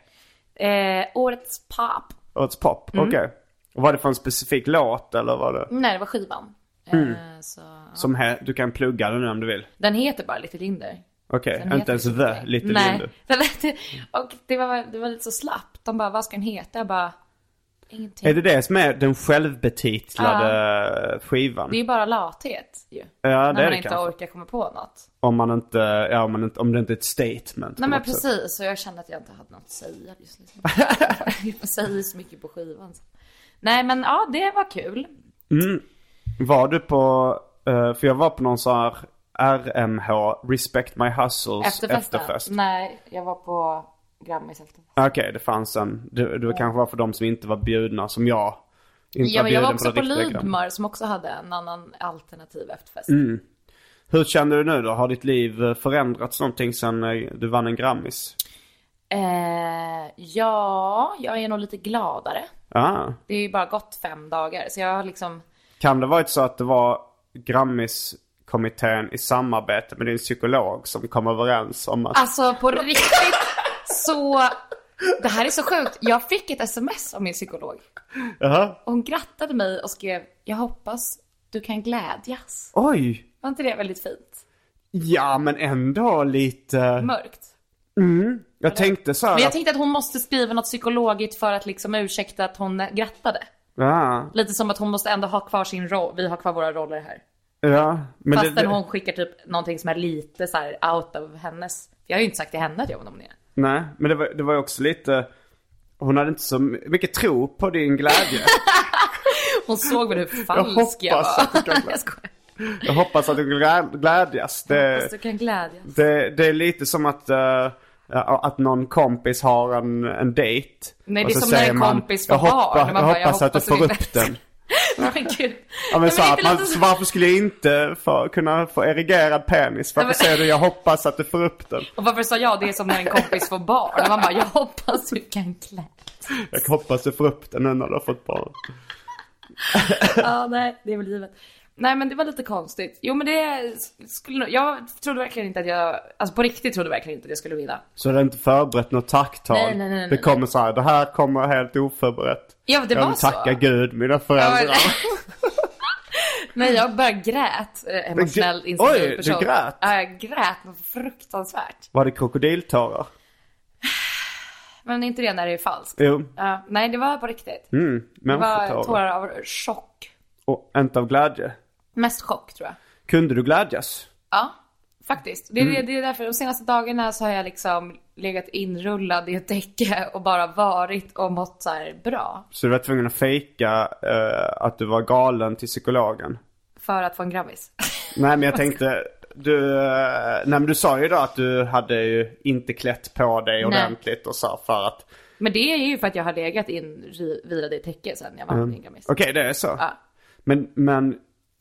Speaker 4: eh, årets pop.
Speaker 3: Årets pop?
Speaker 4: Mm.
Speaker 3: Okej. Och Var det för en specifik låt eller var det?
Speaker 4: Nej, det var skivan. Eh, så,
Speaker 3: Som he- du kan plugga den nu om du vill.
Speaker 4: den heter bara Little Linder.
Speaker 3: Okej,
Speaker 4: Den
Speaker 3: inte ens
Speaker 4: heter
Speaker 3: the Little
Speaker 4: Nej.
Speaker 3: Linder.
Speaker 4: Den hette- Och det var, det var lite så slappt. De bara, vad ska den heta? Jag bara, ingenting.
Speaker 3: Är det det som är den självbetitlade skivan?
Speaker 4: Det är ju bara lathet ju.
Speaker 3: det är
Speaker 4: När man
Speaker 3: det
Speaker 4: inte
Speaker 3: kanske.
Speaker 4: orkar komma på något.
Speaker 3: Om man inte, ja om, man inte, om det inte är ett statement. på
Speaker 4: Nej men
Speaker 3: något sätt.
Speaker 4: precis, så jag kände att jag inte hade något att säga just nu. jag säger så mycket på skivan. så. Nej men ja, det var kul.
Speaker 3: Var du på, eh, för jag var på någon sån här RMH, Respect My Hustles
Speaker 4: Efterfesten?
Speaker 3: efterfest. Ah,
Speaker 4: Nej, jag var på Grammis efterfest.
Speaker 3: Okej, det fanns en. Det, det kanske var för de som inte var bjudna som jag. Inte
Speaker 4: Ja, men jag var
Speaker 3: bjuden
Speaker 4: också på
Speaker 3: den riktiga grejen.
Speaker 4: Lidmar som också hade en annan alternativ efterfest.
Speaker 3: Hur känner du nu då? Har ditt liv eh, förändrats någonting sen eh, du vann en Grammis?
Speaker 4: Eh, ja, jag är nog lite gladare.
Speaker 3: Ah.
Speaker 4: Det är ju bara gått fem dagar så jag har liksom
Speaker 3: Kan det varit så att det var Grammiskommittén i samarbete med din psykolog som kom överens om att...
Speaker 4: Alltså på riktigt så... Det här är så sjukt. Jag fick ett sms av min psykolog.
Speaker 3: Jaha.
Speaker 4: Och hon grattade mig och skrev “Jag hoppas du kan glädjas”.
Speaker 3: Oj!
Speaker 4: Var inte det väldigt fint?
Speaker 3: Ja men ändå lite... Mm.
Speaker 4: Mörkt.
Speaker 3: Jag tänkte så här
Speaker 4: Men jag
Speaker 3: att...
Speaker 4: tänkte att hon måste skriva något psykologiskt för att liksom ursäkta att hon grattade.
Speaker 3: Ja.
Speaker 4: Lite som att hon måste ändå ha kvar sin roll. Vi har kvar våra roller här.
Speaker 3: Ja, men det,
Speaker 4: Fastän
Speaker 3: det,
Speaker 4: hon skickar typ någonting som är lite så här out of hennes. Jag har ju inte sagt till henne att jag var nominerad.
Speaker 3: nej, men det var, det var ju också lite, hon hade inte så mycket tro på din glädje.
Speaker 4: Hon såg väl hur
Speaker 3: hoppas
Speaker 4: falsk jag,
Speaker 3: att du kan
Speaker 4: var.
Speaker 3: glä-
Speaker 4: Jag skojar.
Speaker 3: Jag hoppas att du glä- glädjas. Det,
Speaker 4: Hoppas du kan glädjas.
Speaker 3: det, det är lite som att, eh, att någon kompis har en, en dejt.
Speaker 4: Nej,
Speaker 3: Och
Speaker 4: det
Speaker 3: så
Speaker 4: är som när
Speaker 3: säger
Speaker 4: en
Speaker 3: man,
Speaker 4: kompis får
Speaker 3: jag hoppa-
Speaker 4: barn. och Man
Speaker 3: jag
Speaker 4: bara,
Speaker 3: hoppas att du får
Speaker 4: inte-
Speaker 3: upp den.
Speaker 4: Nej, men gud.
Speaker 3: Ja, men
Speaker 4: Nej,
Speaker 3: så
Speaker 4: alltså- det är
Speaker 3: att
Speaker 4: inte
Speaker 3: man,
Speaker 4: lite
Speaker 3: så
Speaker 4: så-
Speaker 3: varför skulle jag inte få, kunna få erigerad penis? Varför
Speaker 4: men-
Speaker 3: säger du jag hoppas att du får upp den?
Speaker 4: Och varför sa jag det är som när en kompis får barn? Och man bara, jag hoppas du kan klä.
Speaker 3: Jag hoppas jag får upp den nu när du har fått barn.
Speaker 4: Ja, nej, det är väl givet. Nej, men det var lite konstigt. Jo, men det skulle nog- Jag trodde verkligen inte att jag... Alltså på riktigt trodde jag verkligen inte att jag skulle vinna.
Speaker 3: Så du har inte förberett något tacktal?
Speaker 4: Nej, nej, nej, nej,
Speaker 3: det
Speaker 4: nej.
Speaker 3: kommer så här, det här kommer helt oförberett.
Speaker 4: Ja, men det
Speaker 3: jag
Speaker 4: var
Speaker 3: vill
Speaker 4: så.
Speaker 3: tacka gud, mina föräldrar.
Speaker 4: Ja, Nej, jag bara grät. eh, Emotionell
Speaker 3: Men gr-
Speaker 4: instabil
Speaker 3: Oj, du
Speaker 4: person.
Speaker 3: grät?
Speaker 4: Ja, jag grät något fruktansvärt.
Speaker 3: Var det krokodiltårar?
Speaker 4: Men inte det när det är falskt.
Speaker 3: Jo,
Speaker 4: Ja, nej, det var på riktigt.
Speaker 3: mm,
Speaker 4: det var
Speaker 3: människotårar.
Speaker 4: tårar av chock.
Speaker 3: Och inte av glädje.
Speaker 4: Mest chock tror jag.
Speaker 3: Kunde du glädjas?
Speaker 4: Ja, faktiskt. Det är,
Speaker 3: Mm.
Speaker 4: det, det är därför de senaste dagarna så har jag liksom legat inrullad i ett däcke och bara varit och mått så här bra.
Speaker 3: Så du var tvungen att fejka eh, att du var galen till psykologen?
Speaker 4: För att få en grammis.
Speaker 3: Nej men jag tänkte, du, eh, nej men du sa ju då att du hade ju inte klätt på dig ordentligt och så här för att,
Speaker 4: Men det är ju för att jag har legat invirad i ett däcke sen jag vann min grammis.
Speaker 3: Mm. okej det är så.
Speaker 4: Ja.
Speaker 3: Men, men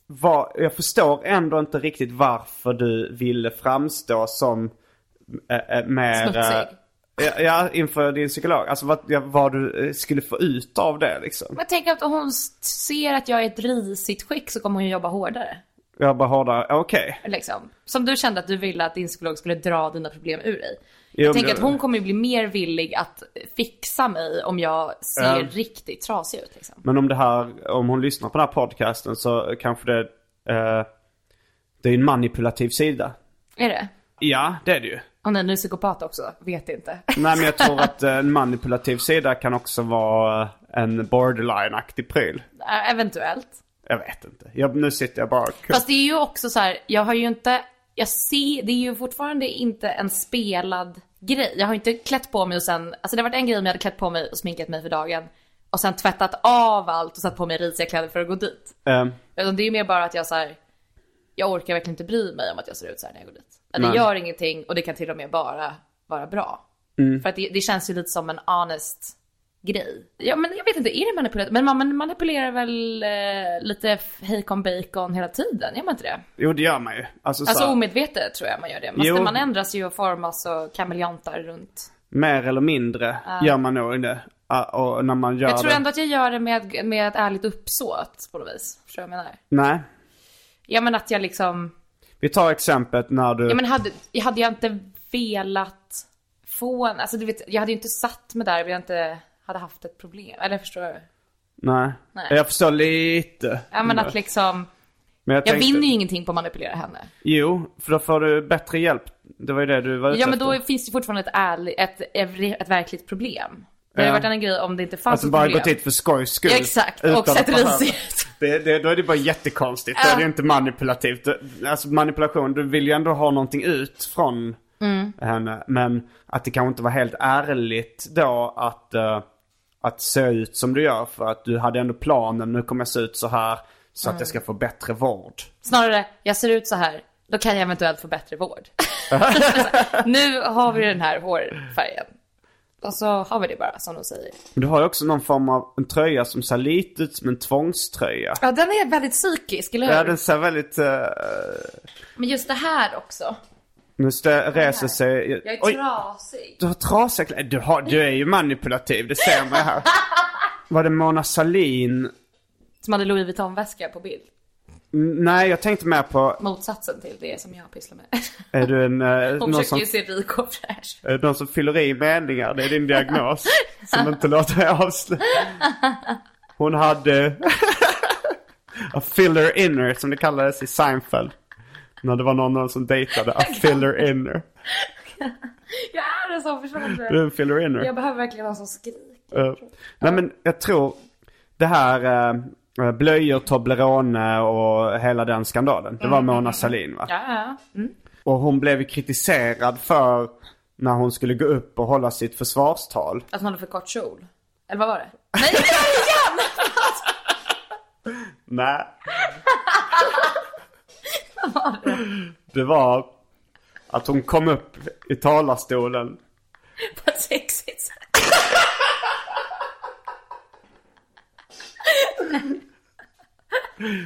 Speaker 3: vad, jag förstår ändå inte riktigt varför du ville framstå som eh, eh, mer...
Speaker 4: Smutsig.
Speaker 3: eh, ja, ja, inför din psykolog. Alltså vad, ja, vad du eh, skulle få ut av det liksom.
Speaker 4: Men tänk att om hon s- ser att jag är i ett risigt skick så kommer hon ju jobba hårdare.
Speaker 3: Jag bara hårdare, okej.
Speaker 4: Liksom. Som du kände att du ville att din psykolog skulle dra dina problem ur dig.
Speaker 3: Jo,
Speaker 4: Jag
Speaker 3: men
Speaker 4: tänker
Speaker 3: det-
Speaker 4: att hon kommer ju bli mer villig att fixa mig om jag ser
Speaker 3: Ja.
Speaker 4: riktigt trasig ut. Liksom.
Speaker 3: Men om det här, om hon lyssnar på den här podcasten så kanske det, eh, det är en manipulativ sida.
Speaker 4: Är det?
Speaker 3: Ja, det är det ju.
Speaker 4: Om den är psykopat också, vet inte.
Speaker 3: Nej men jag tror att eh, en manipulativ sida kan också vara en borderline-aktig pryl.
Speaker 4: Äh, Eventuellt.
Speaker 3: Jag vet inte. Jag, nu sitter jag bara och
Speaker 4: Fast det är ju också så här, jag har ju inte, jag ser, det är ju fortfarande inte en spelad grej. Jag har inte klätt på mig och sen, alltså det har varit en grej om jag hade klätt på mig och sminkat mig för dagen. Och sen tvättat av allt och satt på mig risiga kläder för att gå dit.
Speaker 3: Ehm,
Speaker 4: Utan Alltså, det är ju mer bara att jag så här, jag orkar verkligen inte bry mig om att jag ser ut så här när jag går dit. Att
Speaker 3: Nej.
Speaker 4: det gör ingenting och det kan till och med bara vara bra.
Speaker 3: Mm.
Speaker 4: För att det, det känns ju lite som en honest grej. Ja men jag vet inte, är det manipulerat? Men man man manipulerar väl eh, lite f- hejkon bacon hela tiden, gör man inte det?
Speaker 3: jo det gör man ju. Alltså,
Speaker 4: Alltså
Speaker 3: så, här,
Speaker 4: omedvetet tror jag man gör det. Man,
Speaker 3: Jo.
Speaker 4: man ändras ju och formas och kameleontar runt.
Speaker 3: mer eller mindre gör man nog det. Ah, och när man gör
Speaker 4: Jag tror
Speaker 3: det.
Speaker 4: ändå att jag gör det med, med ett ärligt uppsåt på något vis. Förstår du vad jag menar?
Speaker 3: Nej.
Speaker 4: Ja men att jag liksom
Speaker 3: Vi tar exemplet när du...
Speaker 4: Ja men hade, hade jag inte velat få en, alltså du vet, jag hade ju inte satt mig där om jag inte hade haft ett problem. Eller förstår du?
Speaker 3: Nej.
Speaker 4: Nej.
Speaker 3: Jag förstår lite.
Speaker 4: Ja men att liksom,
Speaker 3: Men
Speaker 4: jag
Speaker 3: tänkte-
Speaker 4: vinner ju ingenting på att manipulera henne.
Speaker 3: Jo, för då får du bättre hjälp. Det var ju det du var ute
Speaker 4: Ja men då
Speaker 3: efter.
Speaker 4: finns det fortfarande ett, ärligt, ett, ett, ett verkligt problem. Det hade
Speaker 3: Ja.
Speaker 4: varit en annan grej om det inte fanns
Speaker 3: Alltså
Speaker 4: ett
Speaker 3: bara
Speaker 4: problem.
Speaker 3: gått dit för skojs skull.
Speaker 4: Ja, exakt,
Speaker 3: Utan
Speaker 4: och
Speaker 3: att
Speaker 4: sett
Speaker 3: behöva.
Speaker 4: risigt.
Speaker 3: Det, det, då är det bara jättekonstigt. Då är
Speaker 4: Ja.
Speaker 3: det ju inte manipulativt. Du- Alltså manipulation, du vill ju ändå ha någonting ut från
Speaker 4: Mm.
Speaker 3: henne. Men att det kanske inte var helt ärligt då att, eh, att se ut som du gör. För att du hade ändå planen, nu kommer jag se ut så här så
Speaker 4: Mm.
Speaker 3: att jag ska få bättre vård.
Speaker 4: Snarare, jag ser ut så här, då kan jag eventuellt få bättre vård. nu har vi den här hårfärgen. Och så har vi det bara, som de säger.
Speaker 3: Men du har ju också någon form av en tröja som ser lite ut som en tvångströja.
Speaker 4: Ja, den är väldigt psykisk, eller hur?
Speaker 3: Ja, den ser väldigt... eh,
Speaker 4: Men just det här också.
Speaker 3: nu stö- reser sig...
Speaker 4: Jag är
Speaker 3: Oj.
Speaker 4: trasig.
Speaker 3: Du har trasiga kläder. Du, har, du är ju manipulativ, det ser man ju här. Var det Mona Sahlin?
Speaker 4: Som hade Louis Vuitton-väska på bild.
Speaker 3: Mm, Nej, jag tänkte mer på...
Speaker 4: Motsatsen till det som jag pysslar med.
Speaker 3: Är du en... Eh,
Speaker 4: Hon
Speaker 3: någon,
Speaker 4: försöker
Speaker 3: som,
Speaker 4: ju se rik och fräsch
Speaker 3: eh, någon som fyller i meningar? Det är din diagnos. som inte låter dig avslöja. Hon hade... a filler inner, som det kallades i Seinfeld. När det var någon som dejtade. A filler inner.
Speaker 4: Jag är en sån person tror
Speaker 3: Du är
Speaker 4: jag.
Speaker 3: en filler inner.
Speaker 4: Jag behöver verkligen någon som skriker.
Speaker 3: Eh, nej men jag tror det här eh, blöjor, Toblerone och hela den skandalen. Det var Mona Sahlin va?
Speaker 4: Ja, ja. Mm.
Speaker 3: Och hon blev ju kritiserad för när hon skulle gå upp och hålla sitt försvarstal.
Speaker 4: Att hon hade för kort kjol. Eller vad var det? Nej, det var det igen!
Speaker 3: Nej. det var att hon kom upp i talarstolen
Speaker 4: På ett sexigt sätt.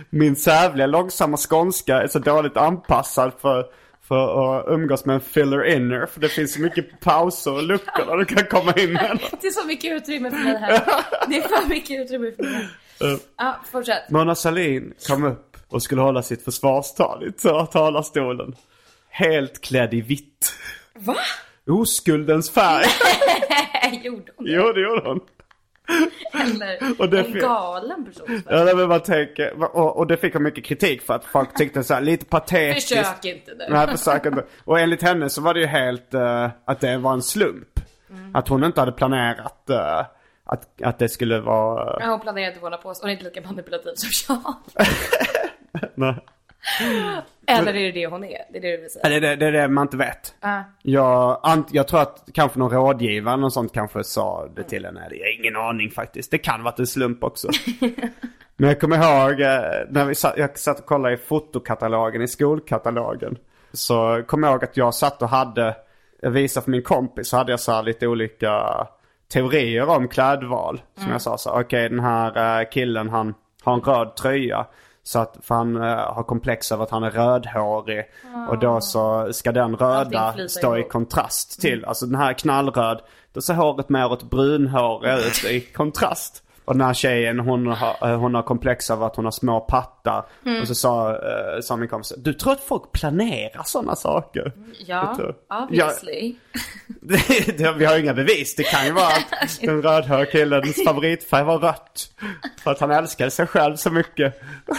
Speaker 3: Min sävliga långsamma skånska är så dåligt anpassad för, För att umgås med en filler-inner. För det finns så mycket pauser och luckor där du kan komma in med.
Speaker 4: Det är så mycket utrymme för mig här. Det är för mycket utrymme för mig. här.
Speaker 3: Eh.
Speaker 4: Ja, fortsätt.
Speaker 3: Mona Sahlin kom upp och skulle hålla sitt försvarstal i talarstolen. Helt klädd i vitt.
Speaker 4: Va?
Speaker 3: Oskuldens färg.
Speaker 4: Nej, gjorde hon
Speaker 3: Jo, det gjorde hon.
Speaker 4: Eller
Speaker 3: Och det
Speaker 4: en
Speaker 3: finns-
Speaker 4: galen person.
Speaker 3: Ja, nej, men man tänker, och, och det fick hon mycket kritik för att folk tyckte så här lite patetiskt.
Speaker 4: Försök inte nu.
Speaker 3: Nej, försök inte. Och enligt henne så var det ju helt eh, att det var en slump.
Speaker 4: Mm.
Speaker 3: Att hon inte hade planerat eh, att, att det skulle vara...
Speaker 4: Ja, hon planerar inte att hålla på så. Hon är inte lika manipulativ som jag.
Speaker 3: Nej.
Speaker 4: Eller är det det hon är? Det är det du vill säga.
Speaker 3: Det, det, det är det man inte vet.
Speaker 4: Ja.
Speaker 3: Jag, ant, jag tror att kanske någon rådgivare eller något sånt kanske sa det till
Speaker 4: Mm.
Speaker 3: henne. Jag har ingen aning faktiskt. Det kan varit en slump också. Men jag kommer ihåg eh, när vi satt, jag satt och kollade i fotokatalogen, i skolkatalogen. Så kom jag ihåg att jag satt och hade, jag visade för min kompis, så hade jag så här lite olika teorier om klädval. Som
Speaker 4: Mm.
Speaker 3: jag sa så här, okej den här eh, killen han har en röd tröja. Så att, för han eh, har komplex över att han är rödhårig. Och då så ska den röda
Speaker 4: Ah. Allting flyter
Speaker 3: stå i
Speaker 4: ihop.
Speaker 3: kontrast till.
Speaker 4: Mm.
Speaker 3: Alltså den här knallröd, då ser håret mer åt brunhåriga ut i kontrast. Och den här tjejen hon har, eh, hon har komplex över att hon har små pattar.
Speaker 4: Mm.
Speaker 3: Och så sa, eh, sa min kompis, du tror att folk planerar sådana saker? Jag
Speaker 4: Ja,
Speaker 3: tror-
Speaker 4: obviously.
Speaker 3: Det- det- Vi har ju inga bevis. Det kan ju vara att den rödhåriga killens favoritfärg var rött. För att han älskade sig själv så mycket.
Speaker 4: Han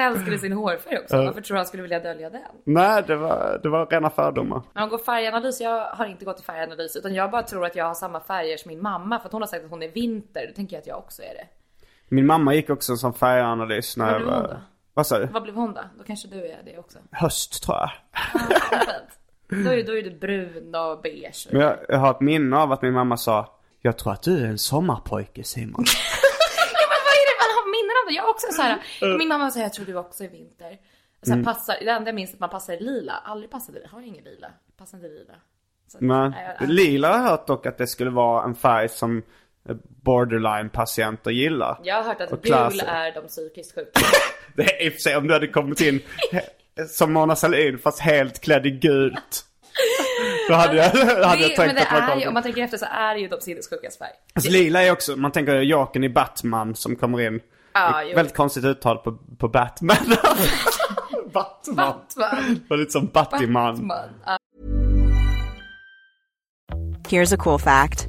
Speaker 4: älskade sin hårfärg också. Varför tror du han skulle vilja dölja den?
Speaker 3: Nej, det var, det var rena fördomar.
Speaker 4: När hon går färganalys, jag har inte gått i färganalys utan jag bara tror att jag har samma färger som min mamma för att hon har sagt att hon är vinter. Då tänker jag att jag också är det.
Speaker 3: Min mamma gick också en sån färganalys när
Speaker 4: Vad
Speaker 3: jag
Speaker 4: blev hon
Speaker 3: var...
Speaker 4: då?
Speaker 3: Vad sa du?
Speaker 4: Vad blev hon då? Då kanske du är det också.
Speaker 3: Höst tror jag.
Speaker 4: Fint. Då är, då är du brun och beige.
Speaker 3: Men jag, jag har ett minne av att min mamma sa Jag tror att du är en sommarpojke Simon.
Speaker 4: Ja, men vad är det man har minnen av? det? Jag är också så
Speaker 3: Mm.
Speaker 4: här. Min mamma säger jag tror du också är vinter. Så här, passar, det enda jag minns är att man passar i lila. Aldrig passade det. Har jag ingen lila? Passar inte lila. Så, att-
Speaker 3: Men
Speaker 4: nej, jag-
Speaker 3: lila har jag hört dock att det skulle vara en färg som borderline-patienter gillar.
Speaker 4: jag har hört att
Speaker 3: och
Speaker 4: gul
Speaker 3: klasser.
Speaker 4: är de psykiskt sjuka.
Speaker 3: Det är i och för sig om du hade kommit in he- som Mona Sahlin fast helt klädd i gult. Då hade jag, hade jag
Speaker 4: det,
Speaker 3: tänkt
Speaker 4: men det
Speaker 3: att man
Speaker 4: är ju, om
Speaker 3: kom.
Speaker 4: man tänker efter så är det ju de sinnessjukas färg.
Speaker 3: Fast lila är också, man tänker Jaken i Batman som kommer in.
Speaker 4: Ja,
Speaker 3: Det är
Speaker 4: jo.
Speaker 3: Väldigt konstigt uttal på, på Batman. Batman.
Speaker 4: Batman.
Speaker 3: Det var lite som Batman.
Speaker 4: Ja.
Speaker 6: Here's a cool fact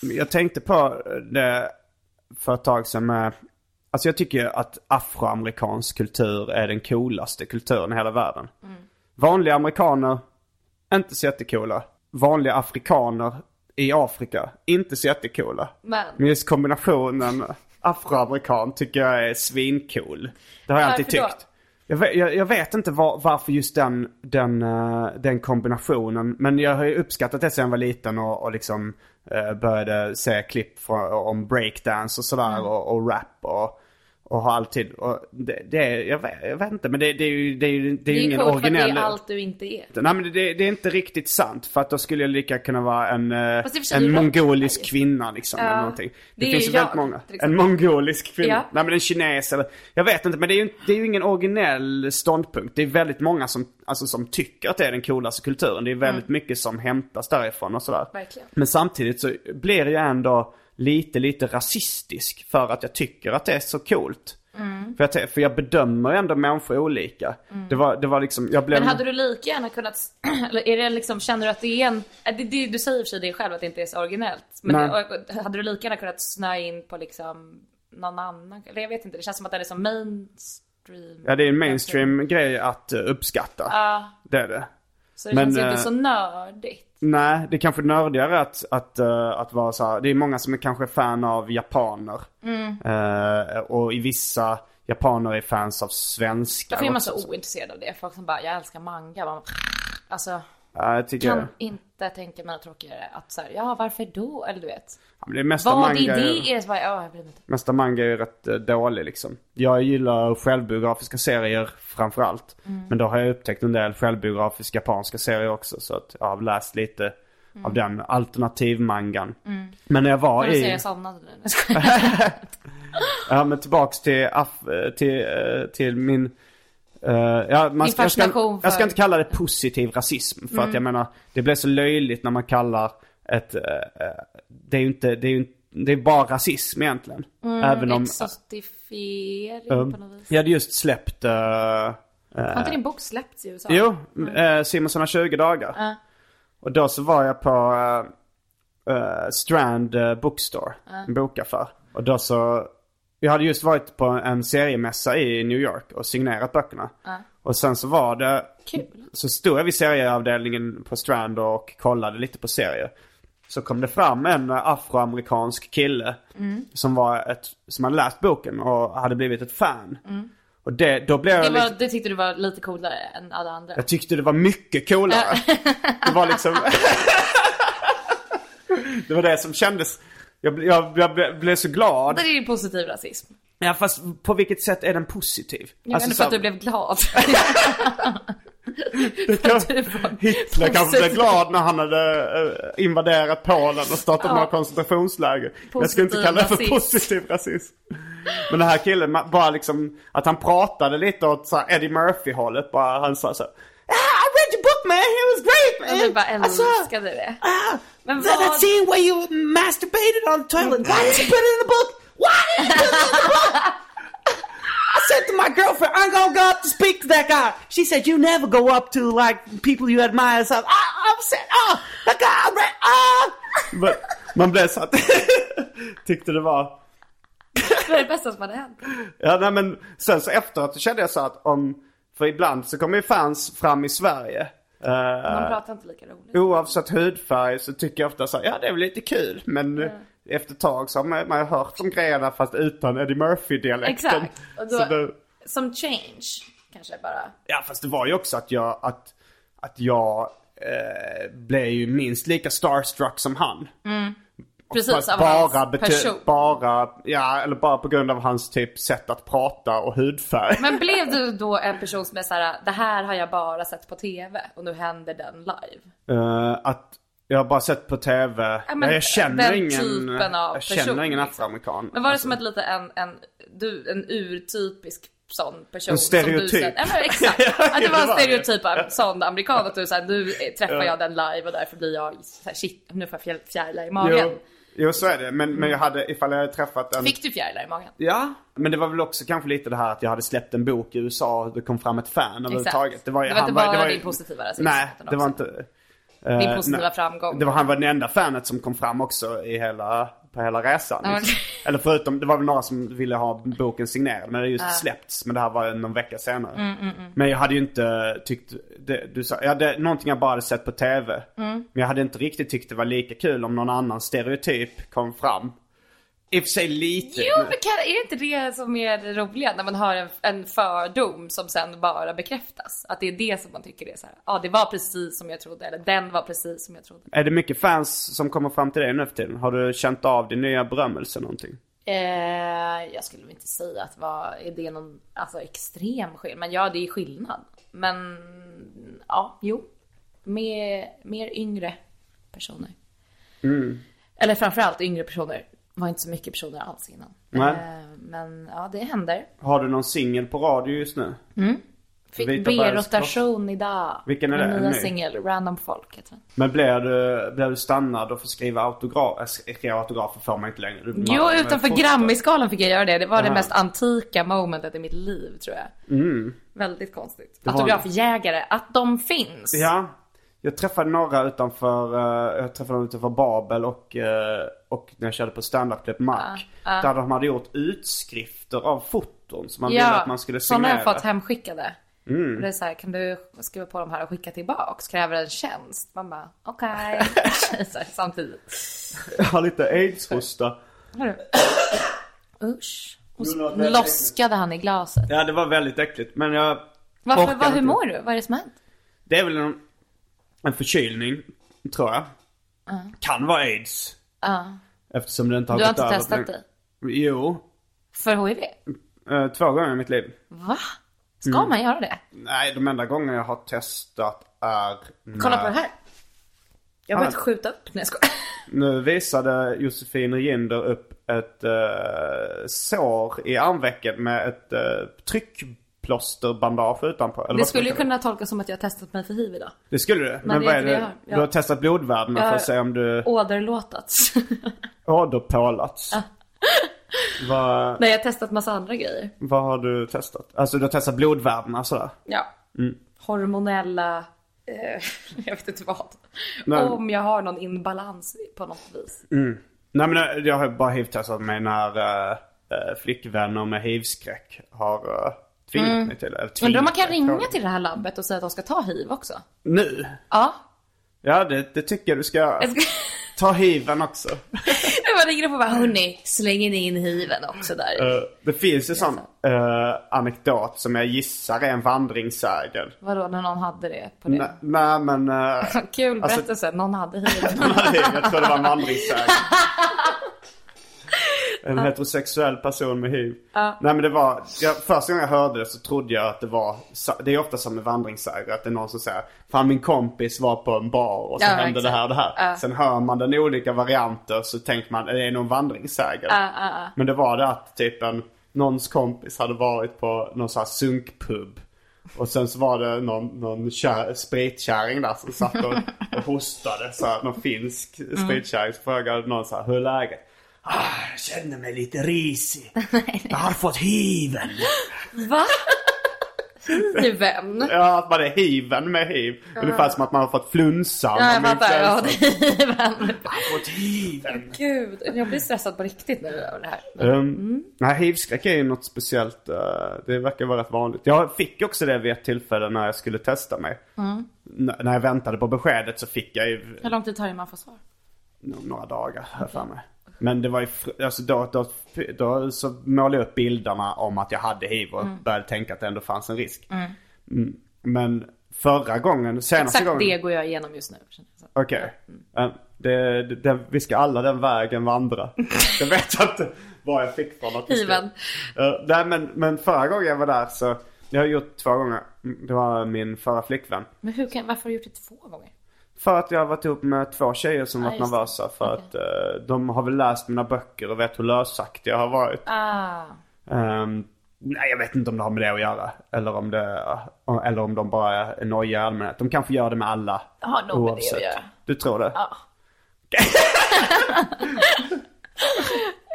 Speaker 3: Jag tänkte på det för ett tag sedan med, alltså jag tycker ju att afroamerikansk kultur är den coolaste kulturen i hela världen. Vanliga amerikaner, inte så jättecoola. Vanliga afrikaner i Afrika, inte så jättecoola.
Speaker 4: Men
Speaker 3: Men just kombinationen afroamerikan tycker jag är svincool. Det har jag alltid
Speaker 4: Varför då?
Speaker 3: tyckt. Jag vet, jag, jag vet inte var, varför just den, den, eh, den kombinationen. Men jag har ju uppskattat det sen jag var liten och, och liksom eh, började se klipp från, om breakdance och sådär
Speaker 4: Mm.
Speaker 3: och, och rap och, och har alltid... Och det, det är, jag, vet, jag vet inte men det, det är ju, det är ju, det är ju
Speaker 4: Det är
Speaker 3: ingen
Speaker 4: coolt för att det
Speaker 3: originell...
Speaker 4: är allt du inte är.
Speaker 3: Nej men det, det är inte riktigt sant för att då skulle jag lika kunna vara en, eh,
Speaker 4: Fast i och för sig
Speaker 3: en
Speaker 4: rock-
Speaker 3: mongolisk kvinna liksom
Speaker 4: Ja,
Speaker 3: eller någonting. Det,
Speaker 4: det är
Speaker 3: finns
Speaker 4: ju
Speaker 3: ju väldigt
Speaker 4: jag,
Speaker 3: många.
Speaker 4: till
Speaker 3: En
Speaker 4: exempel.
Speaker 3: mongolisk kvinna.
Speaker 4: Ja.
Speaker 3: Nej men en kines eller, jag vet inte men det är ju, det är ju ingen originell ståndpunkt. Det är väldigt många som, alltså, som tycker att det är den coolaste kulturen. Det är väldigt mycket som hämtas därifrån och sådär.
Speaker 4: Mm. Verkligen.
Speaker 3: Men samtidigt så blir jag ändå lite, lite rasistisk för att jag tycker att det är så coolt.
Speaker 4: Mm.
Speaker 3: För, jag, te- för jag bedömer ju ändå människor olika. Det, var, det var liksom, jag blev...
Speaker 4: Men hade du lika gärna kunnat, eller är det liksom, känner du att det är en, äh, det, det, du säger i och för sig det själv att det inte är så originellt. Men
Speaker 3: Nej.
Speaker 4: det, och- hade du lika gärna kunnat snöa in på liksom någon annan, eller jag vet inte, det känns som att den är som mainstream.
Speaker 3: Ja det är en mainstream grej att eh, uppskatta.
Speaker 4: Ja,
Speaker 3: Det är det.
Speaker 4: så det
Speaker 3: Men,
Speaker 4: känns ju
Speaker 3: eh,
Speaker 4: inte så nördigt.
Speaker 3: Nej, det är kanske nördigare att, att, eh, att vara så här. Det är många som är kanske fan av japaner.
Speaker 4: Mm.
Speaker 3: Eh, och i vissa japaner är fans av svenskar.
Speaker 4: Varför är man
Speaker 3: också.
Speaker 4: så ointresserad av det? Folk som bara, jag älskar manga. Man, alltså,
Speaker 3: Ja, jag tycker
Speaker 4: kan
Speaker 3: det.
Speaker 4: inte tänka mig något tråkigare att så här, ja varför då? Eller du vet.
Speaker 3: Ja, men det mesta
Speaker 4: Vad
Speaker 3: manga,
Speaker 4: är
Speaker 3: är-
Speaker 4: det? Är det så bara, ja jag blir inte.
Speaker 3: mesta manga är ju rätt eh, dålig liksom. Jag gillar självbiografiska serier framförallt.
Speaker 4: Mm.
Speaker 3: Men då har jag upptäckt en del självbiografiska japanska serier också. Så att jag har läst lite
Speaker 4: Mm.
Speaker 3: av den alternativmangan. Men när jag var
Speaker 4: Jag
Speaker 3: i...
Speaker 4: vill Mm. säga jag somnade nu. Jag skojar.
Speaker 3: Ja men tillbaks till, aff, eh, till, eh, till min... eh, ja, man,
Speaker 4: Din
Speaker 3: ska- jag, ska,
Speaker 4: fascination för- Mm.
Speaker 3: jag ska inte kalla det positiv rasism. För att jag menar, det blir så löjligt när man kallar ett... eh, eh, det är ju inte, det är ju inte, det är bara rasism egentligen.
Speaker 4: Mm.
Speaker 3: Även om...
Speaker 4: Exotifiering på något vis.
Speaker 3: jag hade just släppt... eh,
Speaker 4: Har inte din bok släppts i USA?
Speaker 3: Jo,
Speaker 4: Mm.
Speaker 3: eh, Simonsson har 20 dagar. Och då så var jag på eh, eh, Strand eh, Bookstore, en bokaffär. Och då så, jag hade just varit på en seriemässa i New York och signerat böckerna. Och sen så var det,
Speaker 4: Kul.
Speaker 3: så stod jag vid serieavdelningen på Strand och kollade lite på serier. Så kom det fram en eh, afroamerikansk kille
Speaker 4: Mm.
Speaker 3: som var ett, som hade läst boken och hade blivit ett fan. Och det, då blev
Speaker 4: Mm. Det,
Speaker 3: jag
Speaker 4: var, det tyckte du var lite coolare än alla andra.
Speaker 3: jag tyckte det var mycket coolare. Det var liksom... det var det som kändes... Jag, bl- jag, jag ble- blev så glad.
Speaker 4: Det är ju positiv rasism.
Speaker 3: Ja fast på vilket sätt är den positiv?
Speaker 4: Jag alltså, för
Speaker 3: så-
Speaker 4: att du blev glad.
Speaker 3: det kan-
Speaker 4: du var
Speaker 3: Hitler kanske blev
Speaker 4: positiv.
Speaker 3: glad när han hade eh, invaderat Polen och startat några koncentrationsläger. Jag skulle inte
Speaker 4: Positiv
Speaker 3: kalla det för
Speaker 4: rasism.
Speaker 3: positiv rasism. Men den här killen, ma- bara liksom att han pratade lite åt så här Eddie Murphy-hållet. Bara han sa så här, ah, I read your book man, it was great
Speaker 4: Och
Speaker 3: man. Alltså,
Speaker 4: du bara
Speaker 3: I saw-
Speaker 4: älskade det. Men
Speaker 2: Ah, That, that
Speaker 4: vad...
Speaker 2: scene where you masturbated on the toilet. Why did you put it in the book? Why did you put it in the book? I said to my girlfriend, I'm gonna go up to speak to that guy. She said, You never go up to like people you admire. So I, I'm saying, Oh, that guy, I read, ah.
Speaker 3: Men man blev så att tyckte det var...
Speaker 4: Det var det bästa som hade hänt.
Speaker 3: Ja, nej, men sen så efteråt så kände jag så att om... För ibland så kommer ju fans fram i Sverige. Eh,
Speaker 4: De pratar inte lika roligt.
Speaker 3: oavsett hudfärg så tycker jag ofta så här, ja det är väl lite kul. Men eh, efter ett tag så har man, man har hört om grejerna fast utan Eddie Murphy-dialekten.
Speaker 4: Exakt. Och
Speaker 3: Så
Speaker 4: då,
Speaker 3: det-
Speaker 4: Som change, kanske bara.
Speaker 3: Ja fast det var ju också att jag, att, att jag eh, blev ju minst lika starstruck som han.
Speaker 4: Precis,
Speaker 3: Fast
Speaker 4: Mm. Typ av
Speaker 3: bara,
Speaker 4: hans person.
Speaker 3: bety- bara, ja, eller bara på grund av hans typ sätt att prata och hudfärg.
Speaker 4: Men blev du då en person som är såhär, det här har jag bara sett på TV och nu händer den live?
Speaker 3: Eh, att jag har bara sett på tv,
Speaker 4: Ja, men
Speaker 3: jag känner
Speaker 4: den
Speaker 3: ingen,
Speaker 4: typen av
Speaker 3: jag känner
Speaker 4: person,
Speaker 3: ingen
Speaker 4: liksom.
Speaker 3: afroamerikan. Alltså-
Speaker 4: Men var det som ett lite en, en, du, en urtypisk sån person?
Speaker 3: En
Speaker 4: Som du,
Speaker 3: stereotyp.
Speaker 4: sen- ja, men exakt.
Speaker 3: Ja,
Speaker 4: Att det var
Speaker 3: det var
Speaker 4: en
Speaker 3: det.
Speaker 4: stereotyp av en sån amerikan. Att du såhär, nu träffar jag den live och därför blir jag såhär, shit, nu får jag fjär- fjärilar i magen.
Speaker 3: jo, jo, så är det. Men, men jag hade, ifall jag hade träffat en...
Speaker 4: Mm. Fick du fjärilar i magen?
Speaker 3: Ja, men det var väl också kanske lite det här att jag hade släppt en bok i USA och det kom fram ett fan överhuvudtaget. ju-
Speaker 4: Det var inte
Speaker 3: han
Speaker 4: bara
Speaker 3: det var ju-
Speaker 4: din positiva rasism,
Speaker 3: Nej,
Speaker 4: utan
Speaker 3: det var
Speaker 4: också
Speaker 3: inte...
Speaker 4: Din
Speaker 3: eh,
Speaker 4: positiva
Speaker 3: nej.
Speaker 4: framgång.
Speaker 3: Det var, han var den enda fanet som kom fram också i hela, på hela resan.
Speaker 4: Ja,
Speaker 3: liksom.
Speaker 4: okej.
Speaker 3: Eller förutom, det var väl några som ville ha boken signerad. Men det är just släppts. Men det här var någon vecka senare.
Speaker 4: Mm,
Speaker 3: Men jag hade ju inte tyckt, det, du sa, jag hade, någonting jag bara hade sett på tv.
Speaker 4: Mm.
Speaker 3: Men jag hade inte riktigt tyckt det var lika kul om någon annan stereotyp kom fram. I och för sig lite.
Speaker 4: Jo, men kan, är det inte det som är det roliga när man har en, en fördom som sen bara bekräftas? Att det är det som man tycker är så här. Ja, det var precis som jag trodde eller den var precis som jag trodde.
Speaker 3: Är det mycket fans som kommer fram till dig nu för tiden? Har du känt av din nya berömmelse någonting?
Speaker 4: Eh, jag skulle väl inte säga att vad, är det någon alltså, extrem skillnad, men ja, det är skillnad. Men ja, jo, mer, mer yngre personer.
Speaker 3: Mm.
Speaker 4: Eller framförallt yngre personer. Var inte så mycket personer alls innan.
Speaker 3: Nej.
Speaker 4: Eh, men ja, det händer.
Speaker 3: Har du någon singel på radio just nu?
Speaker 4: Fick
Speaker 3: Vita
Speaker 4: B-rotation idag.
Speaker 3: Vilken är
Speaker 4: Min
Speaker 3: det? En
Speaker 4: nya
Speaker 3: ny?
Speaker 4: singel, Random Folk heter den.
Speaker 3: Men blir du, blir du stannad och får skriva autograf? äh, Skriva autografer får man inte längre. Du-
Speaker 4: Jo,
Speaker 3: man-
Speaker 4: utanför
Speaker 3: man får-
Speaker 4: Grammisgalan fick jag göra det. Det var det
Speaker 3: Aha. Mm.
Speaker 4: mest antika momentet i mitt liv tror jag. Väldigt konstigt.
Speaker 3: var-
Speaker 4: Autografjägare, att de finns.
Speaker 3: Ja. Jag träffade några utanför, eh, jag träffade dem utanför Babel och, eh, och när jag körde på stand-up Club Mark. Där de hade gjort utskrifter av foton som man ville att man skulle
Speaker 4: sådana har
Speaker 3: signera. Mm.
Speaker 4: jag fått hemskickade. Och det är så här, kan du skriva på de här och skicka tillbaks? Kräver en tjänst? Man bara, okej. Så här, Samtidigt.
Speaker 3: Jag har lite aids-hosta.
Speaker 4: Hörru. Usch. Och
Speaker 3: Jo, det var
Speaker 4: så
Speaker 3: väldigt
Speaker 4: loskade han i glaset.
Speaker 3: Ja det var väldigt äckligt men jag
Speaker 4: Varför,
Speaker 3: orkar
Speaker 4: vad, hur
Speaker 3: inte.
Speaker 4: mår du? Vad är det som har hänt?
Speaker 3: Det är väl en, en förkylning, tror jag. Kan vara aids.
Speaker 4: Ja.
Speaker 3: Eftersom det inte har
Speaker 4: Du har
Speaker 3: gått
Speaker 4: inte
Speaker 3: över
Speaker 4: testat
Speaker 3: till-
Speaker 4: dig?
Speaker 3: Jo.
Speaker 4: För HIV?
Speaker 3: eh, Två gånger i mitt liv.
Speaker 4: Va? Ska
Speaker 3: Mm.
Speaker 4: man göra det?
Speaker 3: Nej, de enda gånger jag har testat är när...
Speaker 4: Kolla på det här. Jag har
Speaker 3: Ah.
Speaker 4: börjat skjuta upp. när jag skojar.
Speaker 3: Nu visade Josefin Reginder upp ett eh, sår i armvecket med ett eh, tryckplåsterbandage utanpå. Eller
Speaker 4: Det
Speaker 3: vad ska
Speaker 4: skulle ju
Speaker 3: man kalla
Speaker 4: kunna tolkas som att jag har testat mig för hiv idag.
Speaker 3: Det skulle du? Men,
Speaker 4: det
Speaker 3: vad
Speaker 4: är
Speaker 3: är
Speaker 4: inte det jag
Speaker 3: det?
Speaker 4: har. Ja.
Speaker 3: Du har testat blodvärden för
Speaker 4: Jag-
Speaker 3: att se om du
Speaker 4: Åderlåtats.
Speaker 3: åderpålats. vad,
Speaker 4: Nej, jag har testat massa andra grejer.
Speaker 3: vad har du testat? Alltså du har testat blodvärdena sådär?
Speaker 4: Ja.
Speaker 3: Mm.
Speaker 4: Hormonella... Eh, jag vet inte vad.
Speaker 3: Nej.
Speaker 4: Om jag har någon inbalans på något vis.
Speaker 3: Mm. Nej men eh, jag- jag har bara hivtestat mig när eh, eh, flickvänner med hivskräck har eh, tvingat mig till det. Eller
Speaker 4: Mm. Undrar om man kan
Speaker 3: tvingat mig.
Speaker 4: ringa till det här labbet och säga att de ska ta hiv också?
Speaker 3: Nu?
Speaker 4: Ja.
Speaker 3: Ja det, det tycker jag du ska göra.
Speaker 4: Jag ska...
Speaker 3: Ta hiven också.
Speaker 4: Jag bara ringer upp och bara, hörni, slänger ni in hiven också där?
Speaker 3: Eh, det finns ju sån eh, anekdot som jag gissar är en vandringssägen.
Speaker 4: Vadå, när någon hade det på
Speaker 3: Nej,
Speaker 4: det?
Speaker 3: nej men... eh,
Speaker 4: Kul
Speaker 3: alltså-
Speaker 4: berättelse, någon hade hiv.
Speaker 3: jag tror det var en vandringssägen. En heterosexuell person med hiv. Nej men det var, jag, första gången jag hörde det så trodde jag att det var, sa- det är ofta som med vandringssägner att det är någon som säger Fan min kompis var på en bar och så
Speaker 4: Ja,
Speaker 3: hände det
Speaker 4: exakt.
Speaker 3: här och det här. Sen hör man den i olika varianter så tänker man det är nog en vandringssägen. Men det var det att typ en, någons kompis hade varit på någon sån här sunkpub. Och sen så var det någon, någon kär, spritkärring där som satt och, och hostade. Så här, någon finsk
Speaker 4: Mm.
Speaker 3: spritkärring så frågade någon så här, hur är läget? Ah, jag känner mig lite risig. Jag har fått hiven.
Speaker 4: Va? Hiven?
Speaker 3: Ja, att man är hiven med hiv. Ungefär som att man har fått flunsan.
Speaker 4: Ja, jag
Speaker 3: med
Speaker 4: fattar. Ja,
Speaker 3: influensan.
Speaker 4: det är hiven.
Speaker 3: Jag har fått hiven.
Speaker 4: Gud, jag blir stressad på riktigt nu över det här.
Speaker 3: Um, Nej, hivskräck är ju något speciellt. eh, det verkar vara rätt vanligt. Jag fick också det vid ett tillfälle när jag skulle testa mig.
Speaker 4: Mm.
Speaker 3: N- när jag väntade på beskedet så fick jag ju
Speaker 4: Hur lång tid tar det innan man får svar?
Speaker 3: Nå- några dagar har jag för mig. Men det var ju, fr- alltså då, då, då så målade jag upp bilderna om att jag hade hiv och
Speaker 4: Mm.
Speaker 3: började tänka att det ändå fanns en risk. Mm. Men förra gången, senaste
Speaker 4: Exakt
Speaker 3: gången.
Speaker 4: det Mm. går jag igenom just nu. känner jag så.
Speaker 3: Okej. Eh, Det, det, det, vi ska alla den vägen vandra. jag vet inte vad jag fick från att vi ska-
Speaker 4: Hiven.
Speaker 3: Eh, nej men, men förra gången jag var där så, jag har gjort två gånger. Mm, Det var min förra flickvän.
Speaker 4: Men hur kan, varför har du gjort det två gånger?
Speaker 3: För att jag har varit ihop med två tjejer som
Speaker 4: Ja,
Speaker 3: varit
Speaker 4: Ah, just det.
Speaker 3: nervösa för
Speaker 4: Okej.
Speaker 3: att eh, de har väl läst mina böcker och vet hur lösaktig jag har varit.
Speaker 4: Ah,
Speaker 3: Ehm, nej jag vet inte om det har med det att göra. Eller om, det, eller om de bara är nojiga i allmänhet. De kanske gör det med alla.
Speaker 4: Har nog med det att göra.
Speaker 3: Du tror det?
Speaker 4: ja.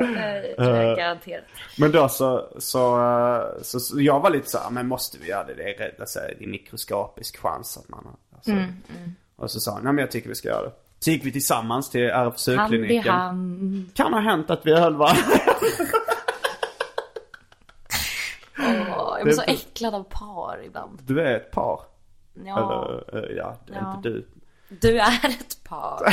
Speaker 3: Eh,
Speaker 4: Nej, tror jag garanterat.
Speaker 3: Men då så, så, eh, så, så jag var lite så här, men måste vi göra det? Det är, rädd- alltså, det är mikroskopisk chans att man har-
Speaker 4: Mm,
Speaker 3: alltså. Och så sa han, nej men jag tycker vi ska göra det. Så gick vi tillsammans till
Speaker 4: Hand i
Speaker 3: RFSU-kliniken.
Speaker 4: hand.
Speaker 3: Kan ha hänt att vi höll varandra.
Speaker 4: Åh, jag blir så äcklad av par ibland.
Speaker 3: Du är ett par.
Speaker 4: Ja,
Speaker 3: Eller, eh, ja, det är
Speaker 4: Ja.
Speaker 3: inte du.
Speaker 4: du är ett par.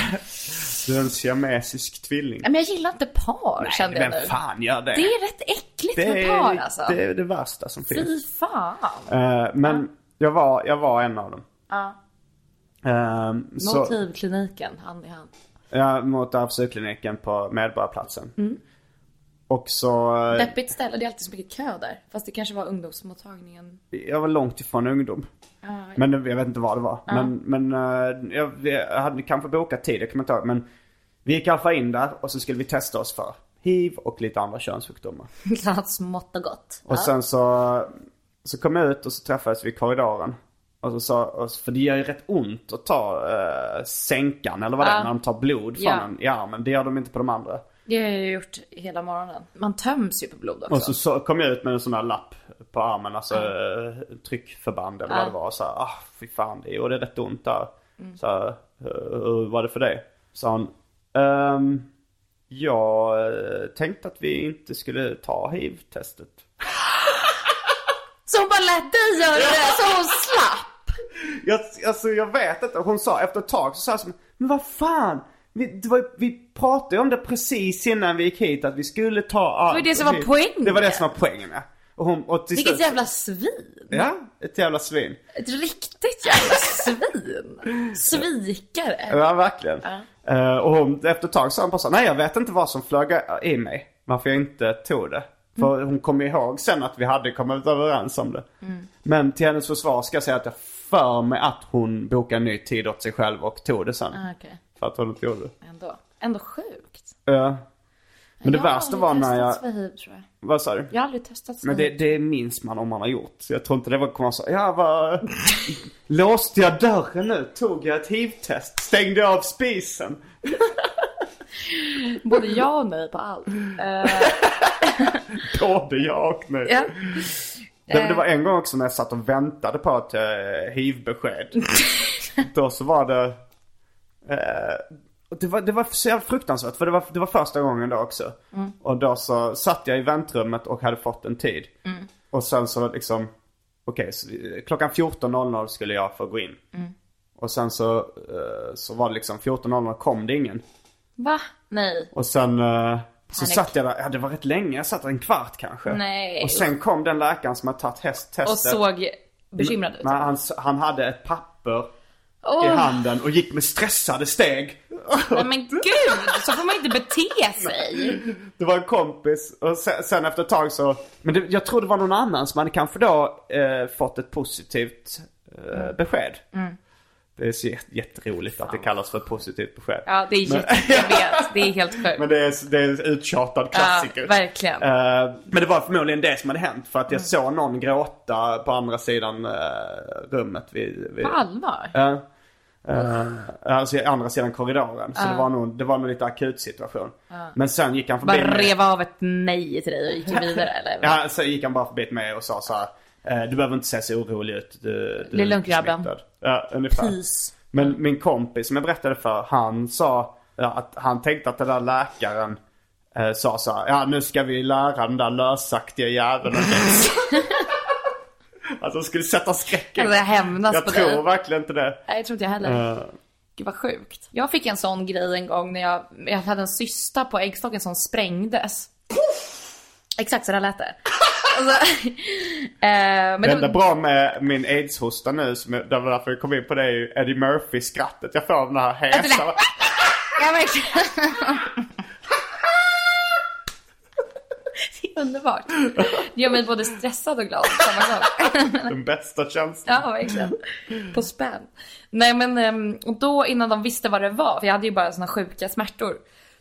Speaker 3: Siamesisk tvilling.
Speaker 4: Nej, Men jag gillar inte par kände
Speaker 3: Vem
Speaker 4: jag nu.
Speaker 3: fan gör det?
Speaker 4: Det är rätt äckligt
Speaker 3: det
Speaker 4: med par alltså.
Speaker 3: det, är det värsta som finns.
Speaker 4: Fy fan.
Speaker 3: Eh, men jag, var, jag var en av dem.
Speaker 4: Ja.
Speaker 3: Ehm, så-
Speaker 4: Motivkliniken, hand i hand.
Speaker 3: Ja, mot psykkliniken på Medborgarplatsen.
Speaker 4: Mm.
Speaker 3: Och så, eh,
Speaker 4: Deppigt ställe, det är alltid så mycket kö där. Fast det kanske var ungdomsmottagningen.
Speaker 3: jag var långt ifrån ungdom.
Speaker 4: Ja,
Speaker 3: Men det- jag vet inte vad det var. Men, men eh, jag, jag hade kanske bokat tid, jag kommer inte ihåg. Men vi gick i alla fall in där och så skulle vi testa oss för hiv och lite andra könssjukdomar.
Speaker 4: bland annat smått och gott.
Speaker 3: Och sen så, så kom jag ut och så träffades vi i korridoren. Och så sa, och så- för det gör ju rätt ont att ta eh, sänkan eller vad det är,
Speaker 4: Ja.
Speaker 3: när de tar blod från
Speaker 4: Ja.
Speaker 3: en i armen. Det gör de inte på de andra.
Speaker 4: Det har jag ju gjort hela morgonen. Man töms ju på blod också.
Speaker 3: Och så, så kom jag ut med en sån här lapp på armen, alltså eh, tryckförband eller vad det var. Och så här, ah fy fan det gjorde rätt ont där.
Speaker 4: Mm.
Speaker 3: Så här, eh, hur var det för dig? Sa hon. Ehm, jag eh, tänkte att vi inte skulle ta hiv-testet.
Speaker 4: Så hon bara lät dig göra det, så hon slapp.
Speaker 3: Jag, alltså jag vet inte, hon sa efter ett tag så sa jag som, men vad fan. Vi, det var, ju- vi pratade ju om det precis innan vi gick hit att vi skulle ta
Speaker 4: Det var det som var poängen.
Speaker 3: Det var det som var poängen ja. Och hon, och till
Speaker 4: Vilket
Speaker 3: slut-
Speaker 4: jävla svin.
Speaker 3: Ja, ett jävla svin.
Speaker 4: Ett riktigt jävla svin. Svikare.
Speaker 3: Ja, verkligen. Eh, och hon, efter ett tag sa hon bara så, nej jag vet inte vad som flög i mig. Varför jag inte tog det. För hon kom ihåg sen att vi hade kommit överens om det. Men till hennes försvar ska jag säga att jag för mig att hon bokade en ny tid åt sig själv och tog det sen.
Speaker 4: Ah, Okej,
Speaker 3: För att hon inte gjorde det.
Speaker 4: ändå. Ändå sjukt.
Speaker 3: Ja. Men det
Speaker 4: Jag har
Speaker 3: värsta
Speaker 4: aldrig
Speaker 3: var när jag,
Speaker 4: testats för hiv, tror jag.
Speaker 3: vad sa du?
Speaker 4: jag har aldrig testat för
Speaker 3: Men det,
Speaker 4: hiv.
Speaker 3: det minns man om man har gjort. Så jag tror inte det var kommer så ja vad... Låste jag dörren nu? Tog jag ett hivtest? Stängde jag av spisen?
Speaker 4: Både ja och nej på allt. Eh,
Speaker 3: Både jag och nej.
Speaker 4: ja.
Speaker 3: Nej, men det var en gång också när jag satt och väntade på ett eh, hivbesked. Då så var det... Eh, och det, var, det var så jävla fruktansvärt för det var, det var första gången då också. Och då så satt jag i väntrummet och hade fått en tid. Och sen så liksom... Okej, så, eh, klockan 14.00 skulle jag få gå in. Och sen så, eh, så var det liksom 14.00 kom det ingen.
Speaker 4: Va? Nej.
Speaker 3: Och sen eh, så
Speaker 4: Panik.
Speaker 3: satt jag där, ja det var rätt länge, jag satt där en kvart kanske.
Speaker 4: Nej.
Speaker 3: Och sen kom den läkaren som hade tagit hästtestet.
Speaker 4: Och såg bekymrad ut.
Speaker 3: Men han, han hade ett papper i
Speaker 4: Åh,
Speaker 3: handen och gick med stressade steg.
Speaker 4: nej men gud! Så får man inte bete sig.
Speaker 3: Det var en kompis och sen, sen efter ett tag så, men det, jag tror det var någon annan som hade kanske då eh, fått ett positivt
Speaker 4: Mm.
Speaker 3: eh, besked. Det är så jät- jätteroligt att det kallas för ett positivt besked.
Speaker 4: Ja, det är jätte... Jag vet. Det är helt sjukt.
Speaker 3: Men det är, det är en uttjatad klassiker.
Speaker 4: Ja, verkligen.
Speaker 3: Eh, men det var förmodligen det som hade hänt för att
Speaker 4: Mm.
Speaker 3: jag såg någon gråta på andra sidan eh, rummet vid, vid
Speaker 4: På allvar?
Speaker 3: Ja. Eh, alltså i andra sidan korridoren. Så det var nog, det var nog lite akut situation. Men sen gick han förbi
Speaker 4: Bara
Speaker 3: mig.
Speaker 4: rev av ett nej till dig och gick vidare eller?
Speaker 3: Ja, sen gick han bara förbi mig och sa så här. "Eh, Du behöver inte se så orolig ut. Du, du
Speaker 4: Det är lugnt,
Speaker 3: inte
Speaker 4: grabben."
Speaker 3: smittad." Ja, ungefär.
Speaker 4: Pys.
Speaker 3: Men min kompis som jag berättade för, han sa ja, att han tänkte att den där läkaren eh, sa så här, ja nu ska vi lära den där lösaktiga jäveln att dansa." Alltså han skulle sätta skräcken.
Speaker 4: Alltså, jag hämnas
Speaker 3: Jag
Speaker 4: på
Speaker 3: tror
Speaker 4: dig.
Speaker 3: verkligen inte det.
Speaker 4: Nej, jag tror inte jag heller. Gud vad sjukt. Jag fick en sån grej en gång när jag, jag hade en cysta på äggstocken som sprängdes. Exakt så där lät det. Alltså, eh, men
Speaker 3: Det
Speaker 4: det-
Speaker 3: enda bra med min aids-hosta nu, som jag, det var därför jag kom in på det, är ju Eddie Murphy-skrattet jag får av den här hesa.
Speaker 4: Ja, verkligen. Det är underbart. Det gör mig både stressad och glad på samma gång.
Speaker 3: Den bästa känslan.
Speaker 4: Ja, verkligen. På spänn. Nej men, ehm, och då innan de visste vad det var, för jag hade ju bara såna sjuka smärtor.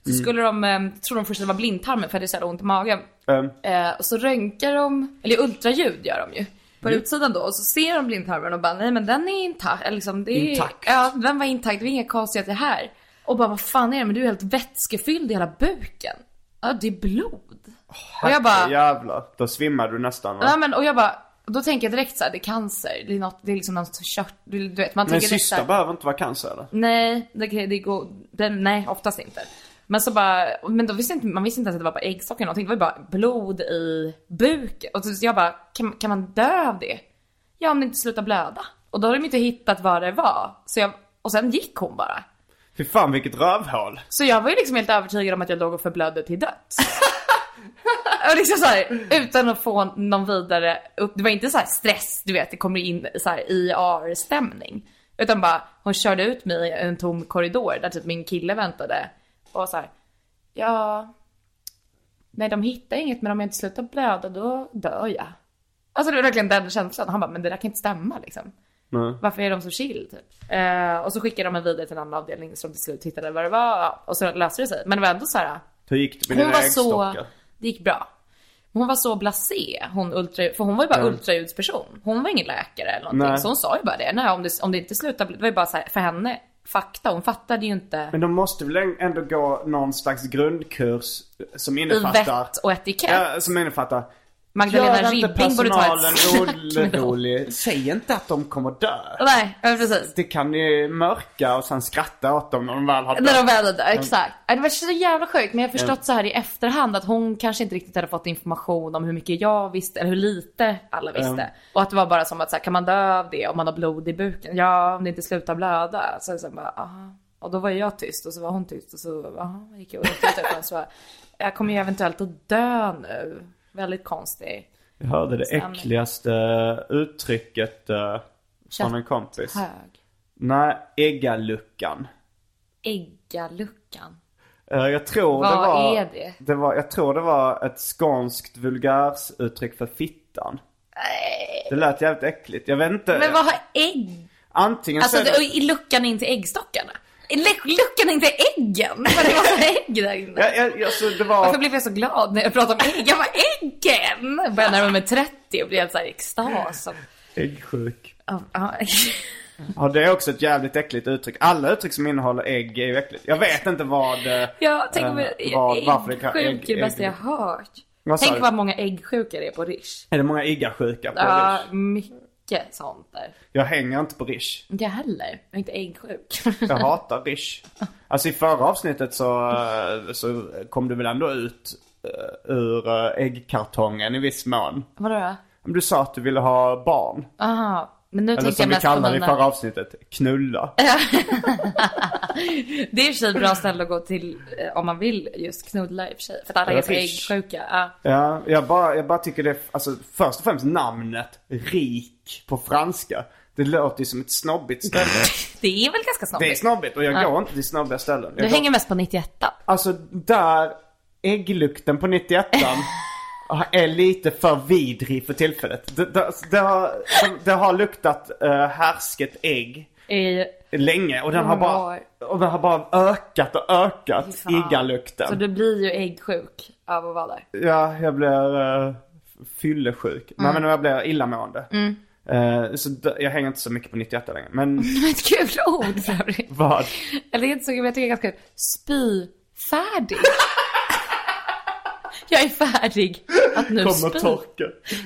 Speaker 4: Så
Speaker 3: Mm.
Speaker 4: skulle de, ehm, tror de först att det var blindtarmen för jag hade så jävla ont i magen.
Speaker 3: Ehm,
Speaker 4: Eh, och så röntgar de, eller ultraljud gör de ju. På
Speaker 3: Mm.
Speaker 4: utsidan då och så ser de blindtarmen och bara nej men den är intakt. eller Liksom, det är,
Speaker 3: Intakt.
Speaker 4: Ja den var intakt, det är inga konstigheter här. Och bara vad fan är det men du är helt vätskefylld i hela buken. Ja det är blod. och jag bara,
Speaker 3: Jävlar, då svimmar du nästan va?
Speaker 4: Ja, men, och jag bara, då tänker jag direkt så här, det är cancer. Det är, något, det är liksom något kört, du, du vet. Man
Speaker 3: Men
Speaker 4: tänker direkt så
Speaker 3: syster
Speaker 4: här,
Speaker 3: behöver inte vara cancer eller?
Speaker 4: nej, det, kan- det går, det, nej, oftast inte. Men så bara, men då visste inte, man visste inte ens att det var på äggstocken eller någonting. Det var ju bara blod i buken. Och så jag bara, kan, kan man dö av det? Ja, om det inte slutar blöda. Och då har de inte hittat vad det var. Så jag, och sen gick hon bara.
Speaker 3: Fy fan vilket rövhål.
Speaker 4: Så jag var ju liksom helt övertygad om att jag låg och förblödde till döds. och liksom så här, utan att få någon vidare upp. Det var inte så här stress, du vet, det kommer in så här IR-stämning. Utan bara, hon körde ut mig i en tom korridor där typ min kille väntade. Och så här, ja... Nej, de hittar inget, men om jag inte slutar blöda då dör jag. Alltså det var verkligen den känslan. Han bara, men det där kan inte stämma liksom. Varför är de så chill typ? Eh, och så skickade de mig vidare till en annan avdelning som till slut hittade vad det var ja, och så löste det sig. Men det var ändå så här.
Speaker 3: Hur gick det med
Speaker 4: Hon
Speaker 3: dina
Speaker 4: var så,
Speaker 3: äggstockar?
Speaker 4: det gick bra. Men Hon var så blasé, hon ultra, för hon var ju bara ultraljudsperson. Hon var ingen läkare eller någonting.
Speaker 3: Nej.
Speaker 4: Så hon sa ju bara det. Nej, om det, om det inte slutar, bli- det var ju bara så här, för henne, fakta. Hon fattade ju inte
Speaker 3: Men de måste väl ändå gå någon slags grundkurs som
Speaker 4: i
Speaker 3: innefattar...
Speaker 4: vett och etikett.
Speaker 3: Ja, som innefattar...
Speaker 4: Magdalena
Speaker 3: Gör inte
Speaker 4: Ribbing borde ta ett snack
Speaker 3: personalen
Speaker 4: med dem.
Speaker 3: orolig. Säg inte att de kommer dö.
Speaker 4: Nej, ja, precis.
Speaker 3: Det kan ni mörka och sen skratta åt dem när de väl har
Speaker 4: När de
Speaker 3: dött.
Speaker 4: väl dör, exakt. Ja, Det var så jävla sjukt, men jag har förstått så här i efterhand att hon kanske inte riktigt hade fått information om hur mycket jag visste, eller hur lite alla visste. Och att det var bara som att så här, kan man dö av det om man har blod i buken? Ja, om det inte slutar blöda. Så så här, bara, aha. Och då var jag tyst och så var hon tyst och så aha, gick jag och tittade på henne så bara, jag kommer ju eventuellt att dö nu. Väldigt konstig.
Speaker 3: Jag hörde det
Speaker 4: Stämning.
Speaker 3: äckligaste uttrycket eh, från en kompis.
Speaker 4: Hög.
Speaker 3: Nej, äggaluckan.
Speaker 4: Äggaluckan.
Speaker 3: Eh, Jag tror
Speaker 4: Vad
Speaker 3: det var,
Speaker 4: är det?
Speaker 3: var... Jag tror det var ett skånskt vulgärsuttryck för fittan. Det lät jävligt äckligt. Jag vet inte.
Speaker 4: Men vad har ägg
Speaker 3: Antingen
Speaker 4: Alltså
Speaker 3: så är
Speaker 4: det, i luckan in till äggstockarna. I lu- luckan in till äggen! För det var så ägg där inne.
Speaker 3: Ja, ja, alltså, det var...
Speaker 4: Varför blev jag så glad när jag pratade om ägg? Jag bara äggen! Jag började närma mig 30 och blev helt såhär i extas. av-
Speaker 3: Äggsjuk.
Speaker 4: av- ja.
Speaker 3: Ja, det är också ett jävligt äckligt uttryck. Alla uttryck som innehåller ägg är ju äckligt. Jag vet inte vad... eh,
Speaker 4: Jag tänker mig,
Speaker 3: eh, vad- varför det kan-
Speaker 4: äggsjuk är det bästa jag hört.
Speaker 3: Vad sa
Speaker 4: Tänk
Speaker 3: du?
Speaker 4: vad många äggsjuka det är på Rish.
Speaker 3: Är det många iggasjuka på
Speaker 4: Ja,
Speaker 3: Rish?
Speaker 4: mycket sånt där.
Speaker 3: Jag hänger inte på Rish.
Speaker 4: Inte jag heller. Jag är inte äggsjuk.
Speaker 3: Jag hatar Rish. Alltså i förra avsnittet så, eh, så kom du väl ändå ut eh, ur eh, äggkartongen i viss mån.
Speaker 4: Vadå då?
Speaker 3: Men Du sa att du ville ha barn.
Speaker 4: Aha. Men nu
Speaker 3: Eller
Speaker 4: tänkte jag
Speaker 3: som vi
Speaker 4: mest på
Speaker 3: kallade det i
Speaker 4: mina-
Speaker 3: förra avsnittet, knulla.
Speaker 4: Det är i och för sig ett bra ställe att gå till eh, om man vill just knulla i och för sig. För att alla är så
Speaker 3: Rish.
Speaker 4: äggsjuka. Ja.
Speaker 3: Ja, jag bara, jag bara tycker det, alltså först och främst namnet rik på franska. Det låter ju som ett snobbigt ställe.
Speaker 4: Det är väl ganska snobbigt.
Speaker 3: Det är snobbigt och jag går inte till snobbiga ställen.
Speaker 4: Du
Speaker 3: Jag
Speaker 4: hänger
Speaker 3: går,
Speaker 4: mest på 91
Speaker 3: alltså där, ägglukten på 91 är lite för vidrig för tillfället. Det, det, det, har, det har luktat eh, härsket ägg
Speaker 4: i...
Speaker 3: länge och den, har
Speaker 4: Många
Speaker 3: bara, och den har bara ökat och ökat,
Speaker 4: fan. Så
Speaker 3: iggalukten.
Speaker 4: du blir ju äggsjuk av att vara där.
Speaker 3: Ja, jag blir uh, fyllesjuk.
Speaker 4: Mm.
Speaker 3: Nej men jag blir illamående. Eh, så d- jag hänger inte så mycket på 91 längre. Men
Speaker 4: Ett kul ord för övrigt.
Speaker 3: vad?
Speaker 4: Eller det är inte så kul, men jag tycker det är ganska kul. Spyfärdig. jag är färdig att nu
Speaker 3: Kommer
Speaker 4: spy.
Speaker 3: torka.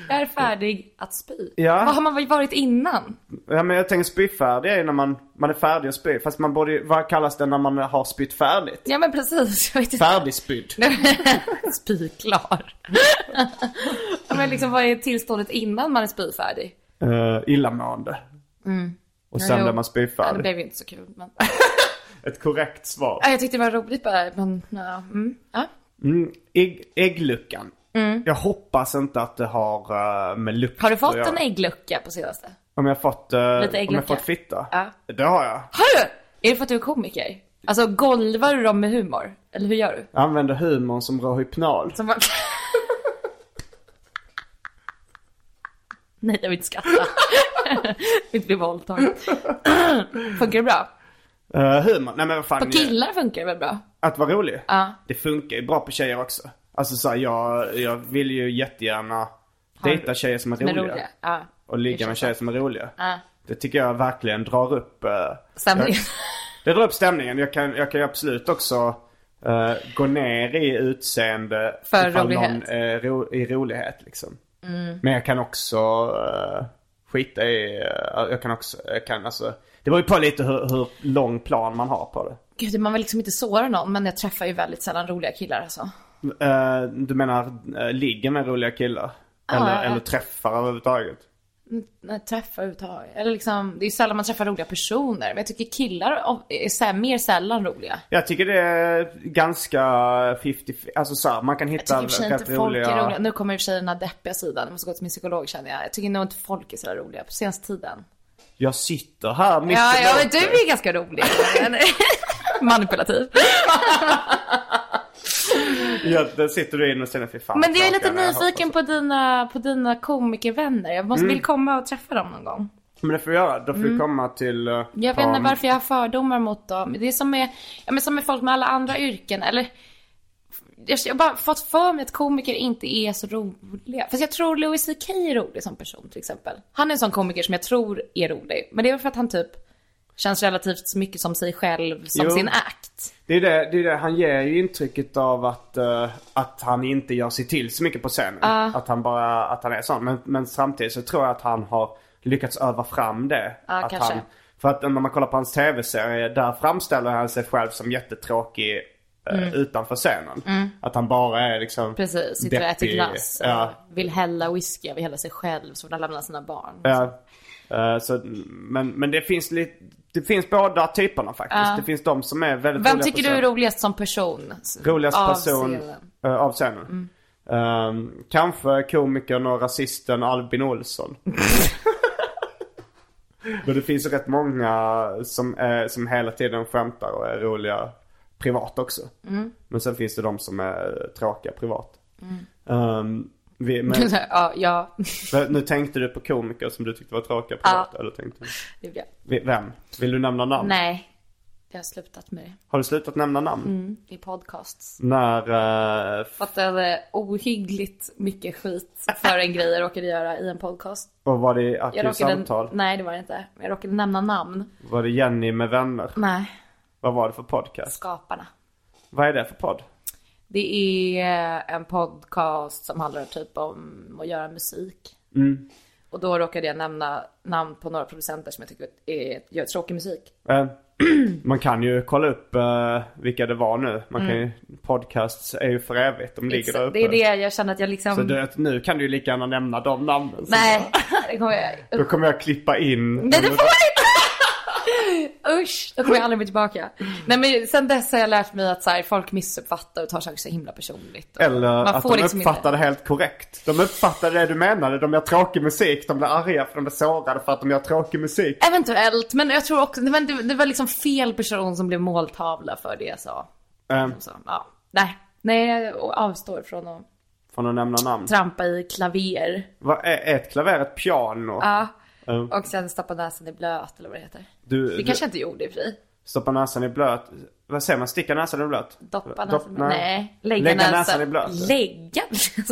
Speaker 4: Jag är färdig att spy.
Speaker 3: Ja.
Speaker 4: Vad har man väl varit innan?
Speaker 3: Ja men jag tänker spyfärdig är ju när man, man är färdig att spy. Fast man borde ju, vad kallas det när man har spytt färdigt?
Speaker 4: Ja men precis. Jag vet inte.
Speaker 3: Färdigspydd.
Speaker 4: Spyklar. Ja, men liksom vad är tillståndet innan man är spyfärdig?
Speaker 3: Uh, illamående. Och sen
Speaker 4: jo.
Speaker 3: blir man
Speaker 4: Mm. Ja, det
Speaker 3: spyfärdig.
Speaker 4: blev ju inte så kul. Men...
Speaker 3: Ett korrekt svar.
Speaker 4: Ja, jag tyckte det var roligt bara, men ja. Mm, ja.
Speaker 3: Mm, ägg, äggluckan. Jag hoppas inte att det har eh, med lukt
Speaker 4: Mm. Har du fått
Speaker 3: att göra.
Speaker 4: en ägglucka på senaste?
Speaker 3: Om jag fått, eh, om
Speaker 4: ägglucka.
Speaker 3: jag fått fitta?
Speaker 4: Ja.
Speaker 3: Det har jag.
Speaker 4: Har du? Är det för att du är komiker? Alltså golvar du dem med humor? Eller hur gör du?
Speaker 3: Jag använder humorn som råhypnol.
Speaker 4: Som bara... Nej, jag vill inte skratta. jag vill inte bli våldtagen. funkar det bra?
Speaker 3: Uh, humor, nej men vad fan.
Speaker 4: På killar funkar det väl bra?
Speaker 3: Att vara rolig.
Speaker 4: Ja.
Speaker 3: Det funkar ju bra på tjejer också. Alltså så här, jag, jag vill ju jättegärna dejta tjejer som är
Speaker 4: Med
Speaker 3: roliga.
Speaker 4: roliga? Ja.
Speaker 3: Och ligga med tjejer som är roliga. Det tycker jag verkligen drar upp... eh,
Speaker 4: Stämningen.
Speaker 3: det drar upp stämningen. Jag kan, jag kan ju absolut också eh, gå ner i utseende.
Speaker 4: För
Speaker 3: ifall
Speaker 4: rolighet. Mm.
Speaker 3: Någon, är ro, I rolighet liksom. Men jag kan också eh, skita i... eh, jag kan också... Jag kan, alltså, det beror ju på lite hur, hur lång plan man har på det.
Speaker 4: Gud, man vill liksom inte såra någon, men jag träffar ju väldigt sällan roliga killar alltså.
Speaker 3: Eh, du menar eh, ligger med roliga killar? eller,
Speaker 4: ja.
Speaker 3: eller träffar överhuvudtaget?
Speaker 4: n- Mm, träffar överhuvudtaget. Eller liksom, det är sällan man träffar roliga personer. Men jag tycker killar av- är så här, mer sällan roliga.
Speaker 3: Jag tycker det är ganska 50, alltså så här, man kan
Speaker 4: Jag tycker
Speaker 3: hitta
Speaker 4: i och för sig inte
Speaker 3: rätt
Speaker 4: folk är roliga.
Speaker 3: roliga.
Speaker 4: Nu kommer i och för sig den här deppiga sidan. Jag måste gå till min psykolog känner jag. Jag tycker nog inte folk är så där roliga på senaste tiden.
Speaker 3: Jag sitter här mitt
Speaker 4: Ja, ja men
Speaker 3: emot
Speaker 4: du
Speaker 3: dig.
Speaker 4: är ganska rolig. Manipulativ.
Speaker 3: Ja, där sitter du inne och känner fy fan.
Speaker 4: Men det är
Speaker 3: jag
Speaker 4: lite
Speaker 3: kan- jag
Speaker 4: nyfiken på dina, på dina komikervänner. Jag måste, vill komma och träffa dem någon gång.
Speaker 3: hoppas- Men det får du göra. Då får du komma till... eh,
Speaker 4: Mm. Jag vet inte
Speaker 3: Pam.
Speaker 4: varför jag har fördomar mot dem. Det är som med, ja, men som med folk med alla andra yrken. Eller, jag jag har bara fått för mig att komiker inte är så roliga. Fast jag tror Louis CK är rolig som person till exempel. Han är en sån komiker som jag tror är rolig. Men det är väl för att han typ känns relativt så mycket som sig själv, som
Speaker 3: Jo.
Speaker 4: sin akt.
Speaker 3: Det är det, det är det, han ger ju intrycket av att, eh, att han inte gör sig till så mycket på scenen. Att han bara, att han är sån. Men, men samtidigt så tror jag att han har lyckats öva fram det.
Speaker 4: Ja,
Speaker 3: att
Speaker 4: kanske.
Speaker 3: Han, för att när man kollar på hans tv-serie, där framställer han sig själv som jättetråkig eh, utanför scenen. Att han bara är liksom
Speaker 4: Mm. Precis, sitter och äter
Speaker 3: deppig.
Speaker 4: glass.
Speaker 3: Ja,
Speaker 4: Vill hälla whisky, vill hälla sig själv, så han lämnar sina barn.
Speaker 3: Ja. Eh, Så, men, men det finns lite, det finns båda typerna faktiskt. Det finns de som är väldigt
Speaker 4: Vem
Speaker 3: roliga
Speaker 4: tycker
Speaker 3: på
Speaker 4: du är
Speaker 3: scenen.
Speaker 4: roligast som person?
Speaker 3: Roligast
Speaker 4: Av
Speaker 3: person
Speaker 4: scenen. Mm.
Speaker 3: eh, av scenen. Ehm, kanske komikern och rasisten Albin Olsson. Men det finns ju rätt många som, är, som hela tiden skämtar och är roliga privat också.
Speaker 4: Mm.
Speaker 3: Men sen finns det de som är tråkiga privat. Ehm, vi, men,
Speaker 4: ja, ja,
Speaker 3: men nu tänkte du på komiker som du tyckte var tråkiga privat? Eller tänkte du?
Speaker 4: det gjorde jag.
Speaker 3: Vi- Vem? Vill du nämna namn?
Speaker 4: Nej, jag har slutat med det
Speaker 3: Har du slutat nämna namn?
Speaker 4: i podcasts.
Speaker 3: När... eh, f-
Speaker 4: För att det är ohyggligt mycket skit för en grej jag råkade göra i en podcast.
Speaker 3: och var det i
Speaker 4: Jag
Speaker 3: arkivsamtal?
Speaker 4: råkade, nej det var det inte. Men Jag råkade nämna namn.
Speaker 3: Var det Jenny med vänner?
Speaker 4: Nej,
Speaker 3: Vad var det för podcast?
Speaker 4: Skaparna.
Speaker 3: Vad är det för podd?
Speaker 4: Det är en podcast som handlar typ om att göra musik.
Speaker 3: Mm.
Speaker 4: Och då råkade jag nämna namn på några producenter som jag tycker är, gör tråkig musik.
Speaker 3: Eh, man kan ju kolla upp eh, vilka det var nu. Man kan ju, podcasts är ju för evigt. De ligger där uppe.
Speaker 4: Mm. det är det jag känner att jag liksom...
Speaker 3: Så du, nu kan du ju lika gärna nämna de namnen.
Speaker 4: Nej, det kommer jag...
Speaker 3: Då kommer jag klippa in.
Speaker 4: Nej det får man inte! Usch, då kommer jag aldrig bli tillbaka. Nej men sen dess har jag lärt mig att så här, folk missuppfattar och tar saker så himla personligt. Och
Speaker 3: Eller
Speaker 4: man
Speaker 3: att
Speaker 4: får
Speaker 3: de
Speaker 4: liksom
Speaker 3: uppfattar
Speaker 4: inte-
Speaker 3: det helt korrekt. De uppfattar det du menade. De gör tråkig musik. De blir arga för de blir sårade för att de gör tråkig musik.
Speaker 4: Eventuellt, men jag tror också, men det, det var liksom fel person som blev måltavla för det jag sa. Liksom
Speaker 3: Eh,
Speaker 4: Så, ja. Nej, nej jag avstår från att
Speaker 3: från att nämna namn.
Speaker 4: trampa i klaver
Speaker 3: Vad är ett klaver ett piano?
Speaker 4: ja.
Speaker 3: Eh,
Speaker 4: och sen stoppa näsan i blöt eller vad det heter.
Speaker 3: Du,
Speaker 4: Det
Speaker 3: du
Speaker 4: kanske jag inte gjorde i och för sig.
Speaker 3: stoppa näsan i blöt. Vad säger man? Sticka näsan i blöt?
Speaker 4: Doppa
Speaker 3: Dopp-
Speaker 4: näsan, nej. Lägga,
Speaker 3: Lägga näsan i blöt.
Speaker 4: Lägga?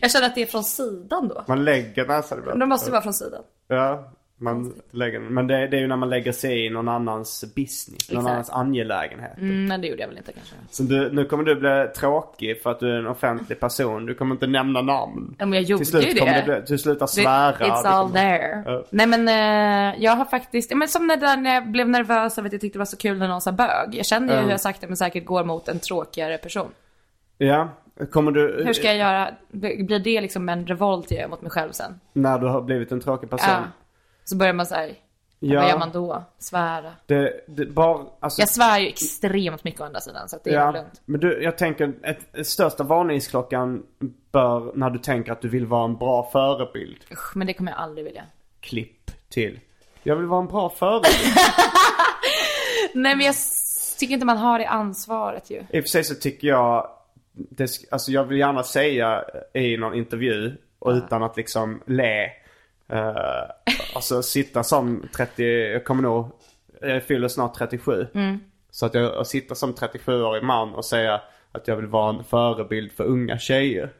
Speaker 4: jag känner att det är från sidan då.
Speaker 3: Man lägger näsan i blöt.
Speaker 4: Men det måste ju vara från sidan.
Speaker 3: Ja, man lägger Men det, det är ju när man lägger sig i någon annans business. Någon
Speaker 4: Exakt.
Speaker 3: annans angelägenhet.
Speaker 4: Mm, men det gjorde jag väl inte kanske.
Speaker 3: Så du, nu kommer du bli tråkig för att du är en offentlig person. Du kommer inte nämna namn.
Speaker 4: Ja, men jag gjorde
Speaker 3: Till slut
Speaker 4: ju det.
Speaker 3: kommer du bli, du slutar svära.
Speaker 4: Det- It's
Speaker 3: Du
Speaker 4: all
Speaker 3: kommer-
Speaker 4: there.
Speaker 3: Ja.
Speaker 4: Nej men eh, jag har faktiskt, ja, men som när, där när jag blev nervös över att jag tyckte det var så kul när någon sa bög. Jag känner ju hur jag sakta men säkert går mot en tråkigare person.
Speaker 3: Ja. Kommer du,
Speaker 4: Hur ska jag göra? B- Blir det liksom en revolt jag gör mot mig själv sen?
Speaker 3: när du har blivit en tråkig person?
Speaker 4: Ja. Så börjar man såhär,
Speaker 3: Ja,
Speaker 4: vad gör man då? Svära.
Speaker 3: Det, det, bara, alltså,
Speaker 4: Jag svär ju extremt mycket å andra sidan så att det är
Speaker 3: Ja,
Speaker 4: lugnt.
Speaker 3: men du, jag tänker ett, ett största varningsklockan bör när du tänker att du vill vara en bra förebild.
Speaker 4: Usch, men det kommer jag aldrig vilja.
Speaker 3: Klipp till. Jag vill vara en bra förebild.
Speaker 4: Nej men jag s- tycker inte man har det ansvaret ju.
Speaker 3: I och för sig så tycker jag, det, sk- alltså jag vill gärna säga i någon intervju och utan att liksom le. Uh, alltså sitta som 30, jag kommer nog, jag fyller snart 37. Så att jag, att sitta som 37-årig man och säga att jag vill vara en förebild för unga tjejer.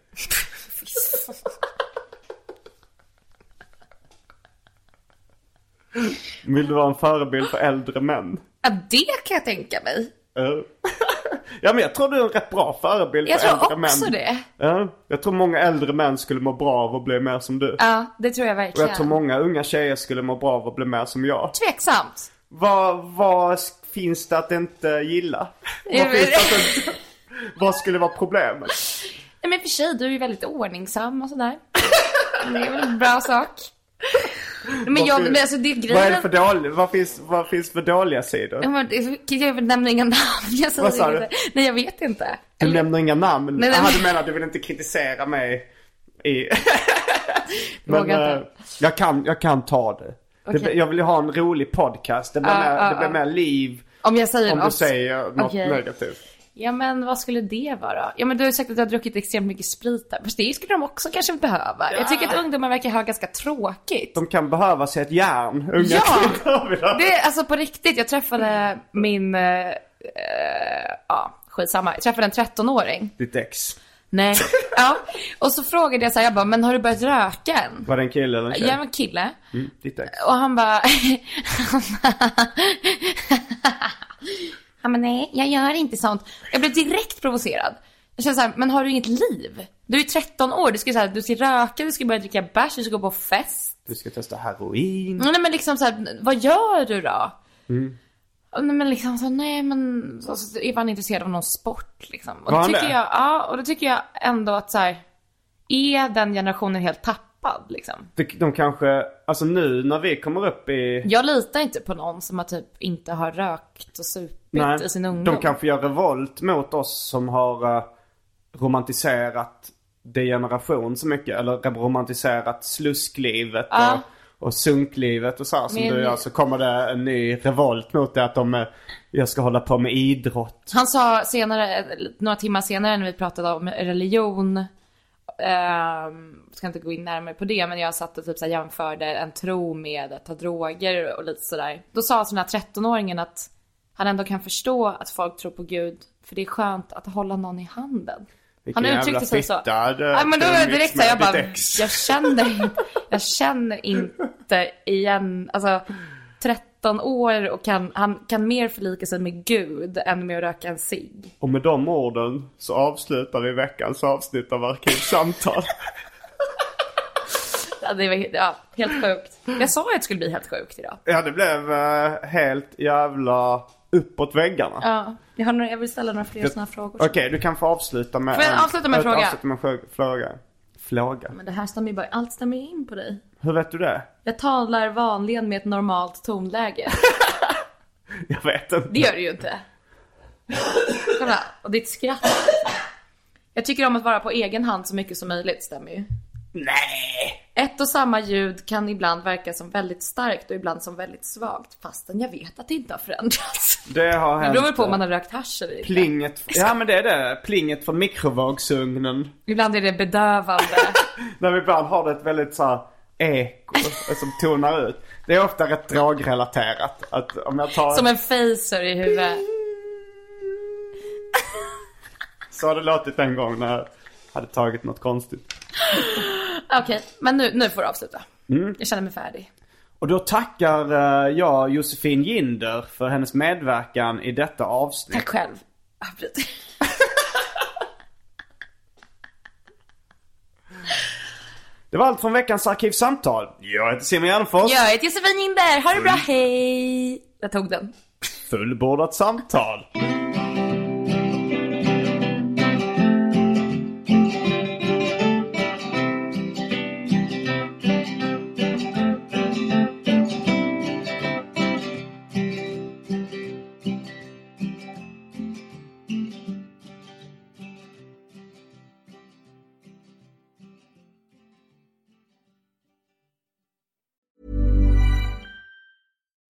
Speaker 3: Vill du vara en förebild för äldre män?
Speaker 4: Ja, det kan jag tänka mig.
Speaker 3: Eh. ja men jag tror du är en rätt bra förebild
Speaker 4: Jag
Speaker 3: för
Speaker 4: tror
Speaker 3: äldre män.
Speaker 4: också det.
Speaker 3: Ja, jag tror många äldre män skulle må bra av att bli mer som du.
Speaker 4: Ja, det tror jag
Speaker 3: Och
Speaker 4: verkligen.
Speaker 3: jag tror många unga tjejer skulle må bra av att bli mer som jag.
Speaker 4: Tveksamt.
Speaker 3: Vad, vad s- finns det att inte gilla?
Speaker 4: Jag
Speaker 3: Vad,
Speaker 4: vet-
Speaker 3: finns det att inte... vad skulle vara problemet?
Speaker 4: Mm, Nej men för sig, du är ju väldigt ordningsam och sådär. Det är väl en bra sak. Men jag,
Speaker 3: Varför-
Speaker 4: men alltså det är
Speaker 3: Vad är det
Speaker 4: grejen.
Speaker 3: för dåliga, vad finns, vad finns för dåliga sidor?
Speaker 4: Ja, men det- Jag nämner inga namn. Jag säger
Speaker 3: Vad sa
Speaker 4: inte. Nej, jag vet inte.
Speaker 3: Du nämner inga namn.
Speaker 4: Nej, nej,
Speaker 3: Aha,
Speaker 4: men-
Speaker 3: du menar att du vill inte kritisera mig i... men
Speaker 4: Vågar
Speaker 3: eh,
Speaker 4: inte.
Speaker 3: jag, kan, jag kan ta det. det.
Speaker 4: Okej. Ah,
Speaker 3: Jag vill ha en rolig podcast. Det blir,
Speaker 4: Ja,
Speaker 3: mer,
Speaker 4: ja,
Speaker 3: det blir
Speaker 4: ja.
Speaker 3: mer liv
Speaker 4: Om jag säger
Speaker 3: om
Speaker 4: något.
Speaker 3: du säger något
Speaker 4: Okej.
Speaker 3: negativt.
Speaker 4: Ja, men vad skulle det vara? Ja, men du har ju sagt att du har druckit extremt mycket sprit där. Fast det skulle de också kanske behöva. Jag tycker att ungdomar verkar ha ganska tråkigt.
Speaker 3: De kan behöva sig ett järn. Unga
Speaker 4: Ja!
Speaker 3: killar vill ha-
Speaker 4: Det är alltså på riktigt, jag träffade min, eh, eh, ja skitsamma, jag träffade en 13-åring.
Speaker 3: Ditt ex.
Speaker 4: Nej. Ja, och så frågade jag så här, jag bara, men har du börjat röka än?
Speaker 3: Var det en kille eller en tjej?
Speaker 4: Jag var en kille
Speaker 3: Mm, ditt ex.
Speaker 4: och han bara, han bara, han bara, nej jag gör inte sånt. Jag blev direkt provocerad. Jag kände så här, men har du inget liv? Du är ju 13 år, du ska, så här, du ska röka, du ska börja dricka bärs, du ska gå på fest.
Speaker 3: Du ska testa heroin.
Speaker 4: Nej men liksom så här, vad gör du då?
Speaker 3: Mm.
Speaker 4: Nej men liksom så, nej men, så, så är man intresserad av någon sport liksom. Och
Speaker 3: Var
Speaker 4: då
Speaker 3: han
Speaker 4: tycker
Speaker 3: det?
Speaker 4: jag, ja, och då tycker jag ändå att så här, är den generationen helt tappad liksom?
Speaker 3: De, de kanske, alltså nu när vi kommer upp i...
Speaker 4: Jag litar inte på någon som har typ inte har rökt och supit i sin ungdom.
Speaker 3: de kanske gör revolt mot oss som har eh, romantiserat det generation så mycket. Eller romantiserat slusklivet
Speaker 4: Ja.
Speaker 3: och, och sunklivet och så här, som
Speaker 4: Ah. Men-
Speaker 3: du gör. Så kommer det en ny revolt mot det att de, eh, jag ska hålla på med idrott.
Speaker 4: Han sa senare, några timmar senare när vi pratade om religion, ehm, ska inte gå in närmare på det, men jag satt och typ så här jämförde en tro med att ta droger och lite sådär. Då sa alltså den här 13-åringen att han ändå kan förstå att folk tror på Gud, för det är skönt att hålla någon i handen.
Speaker 3: Vilken
Speaker 4: han
Speaker 3: jävla
Speaker 4: uttryckte sig så.
Speaker 3: fitta du
Speaker 4: Ja, men då var jag
Speaker 3: umgicks
Speaker 4: direkt såhär, jag
Speaker 3: med
Speaker 4: bara,
Speaker 3: ditt ex.
Speaker 4: jag känner, inte- jag känner inte igen, alltså 13 år och kan, han kan mer förlika sig med Gud än med att röka en cigg.
Speaker 3: Och med de orden så avslutar vi veckans avsnitt av Arkivsamtal.
Speaker 4: Ja, det var ja, helt sjukt. Jag sa ju att det skulle bli helt sjukt idag.
Speaker 3: ja det blev eh, helt jävla uppåt väggarna.
Speaker 4: Ja, jag, har några, jag vill ställa några fler sådana frågor.
Speaker 3: Okej, du kan få avsluta med
Speaker 4: Får jag avsluta med en
Speaker 3: ett-
Speaker 4: fråga?
Speaker 3: Avsluta med en fråga. fråga. Fråga.
Speaker 4: Men det här stämmer ju bara, allt stämmer ju in på dig.
Speaker 3: Hur vet du det?
Speaker 4: Jag talar vanligen med ett normalt tonläge.
Speaker 3: Jag vet inte.
Speaker 4: Det gör du ju inte. Kolla, och ditt skratt. Jag tycker om att vara på egen hand så mycket som möjligt, stämmer ju.
Speaker 3: Nej!
Speaker 4: Ett och samma ljud kan ibland verka som väldigt starkt och ibland som väldigt svagt, fastän jag vet att det inte har förändrats.
Speaker 3: Det har
Speaker 4: Det
Speaker 3: hänt. eh,
Speaker 4: beror väl på om man har rökt hasch eller inte.
Speaker 3: Plinget. Ja men det är det. Plinget från mikrovågsugnen.
Speaker 4: Ibland är det bedövande.
Speaker 3: När vi ibland har det ett väldigt så här eko som tonar ut. Det är ofta rätt drogrelaterat. Att om jag tar...
Speaker 4: Som en phaser i huvudet.
Speaker 3: Så har det låtit en gång när jag hade tagit något konstigt.
Speaker 4: Okej, men nu, nu får du avsluta. Jag känner mig färdig.
Speaker 3: Och då tackar eh, jag Josefin Ginder för hennes medverkan i detta avsnitt.
Speaker 4: Tack själv. Avbryt.
Speaker 3: Det var allt från veckans arkivsamtal. Jag heter Simon Gärdenfors.
Speaker 4: Jag heter Josefin Ginder, ha det bra, hej! Jag tog den.
Speaker 3: Fullbordat samtal.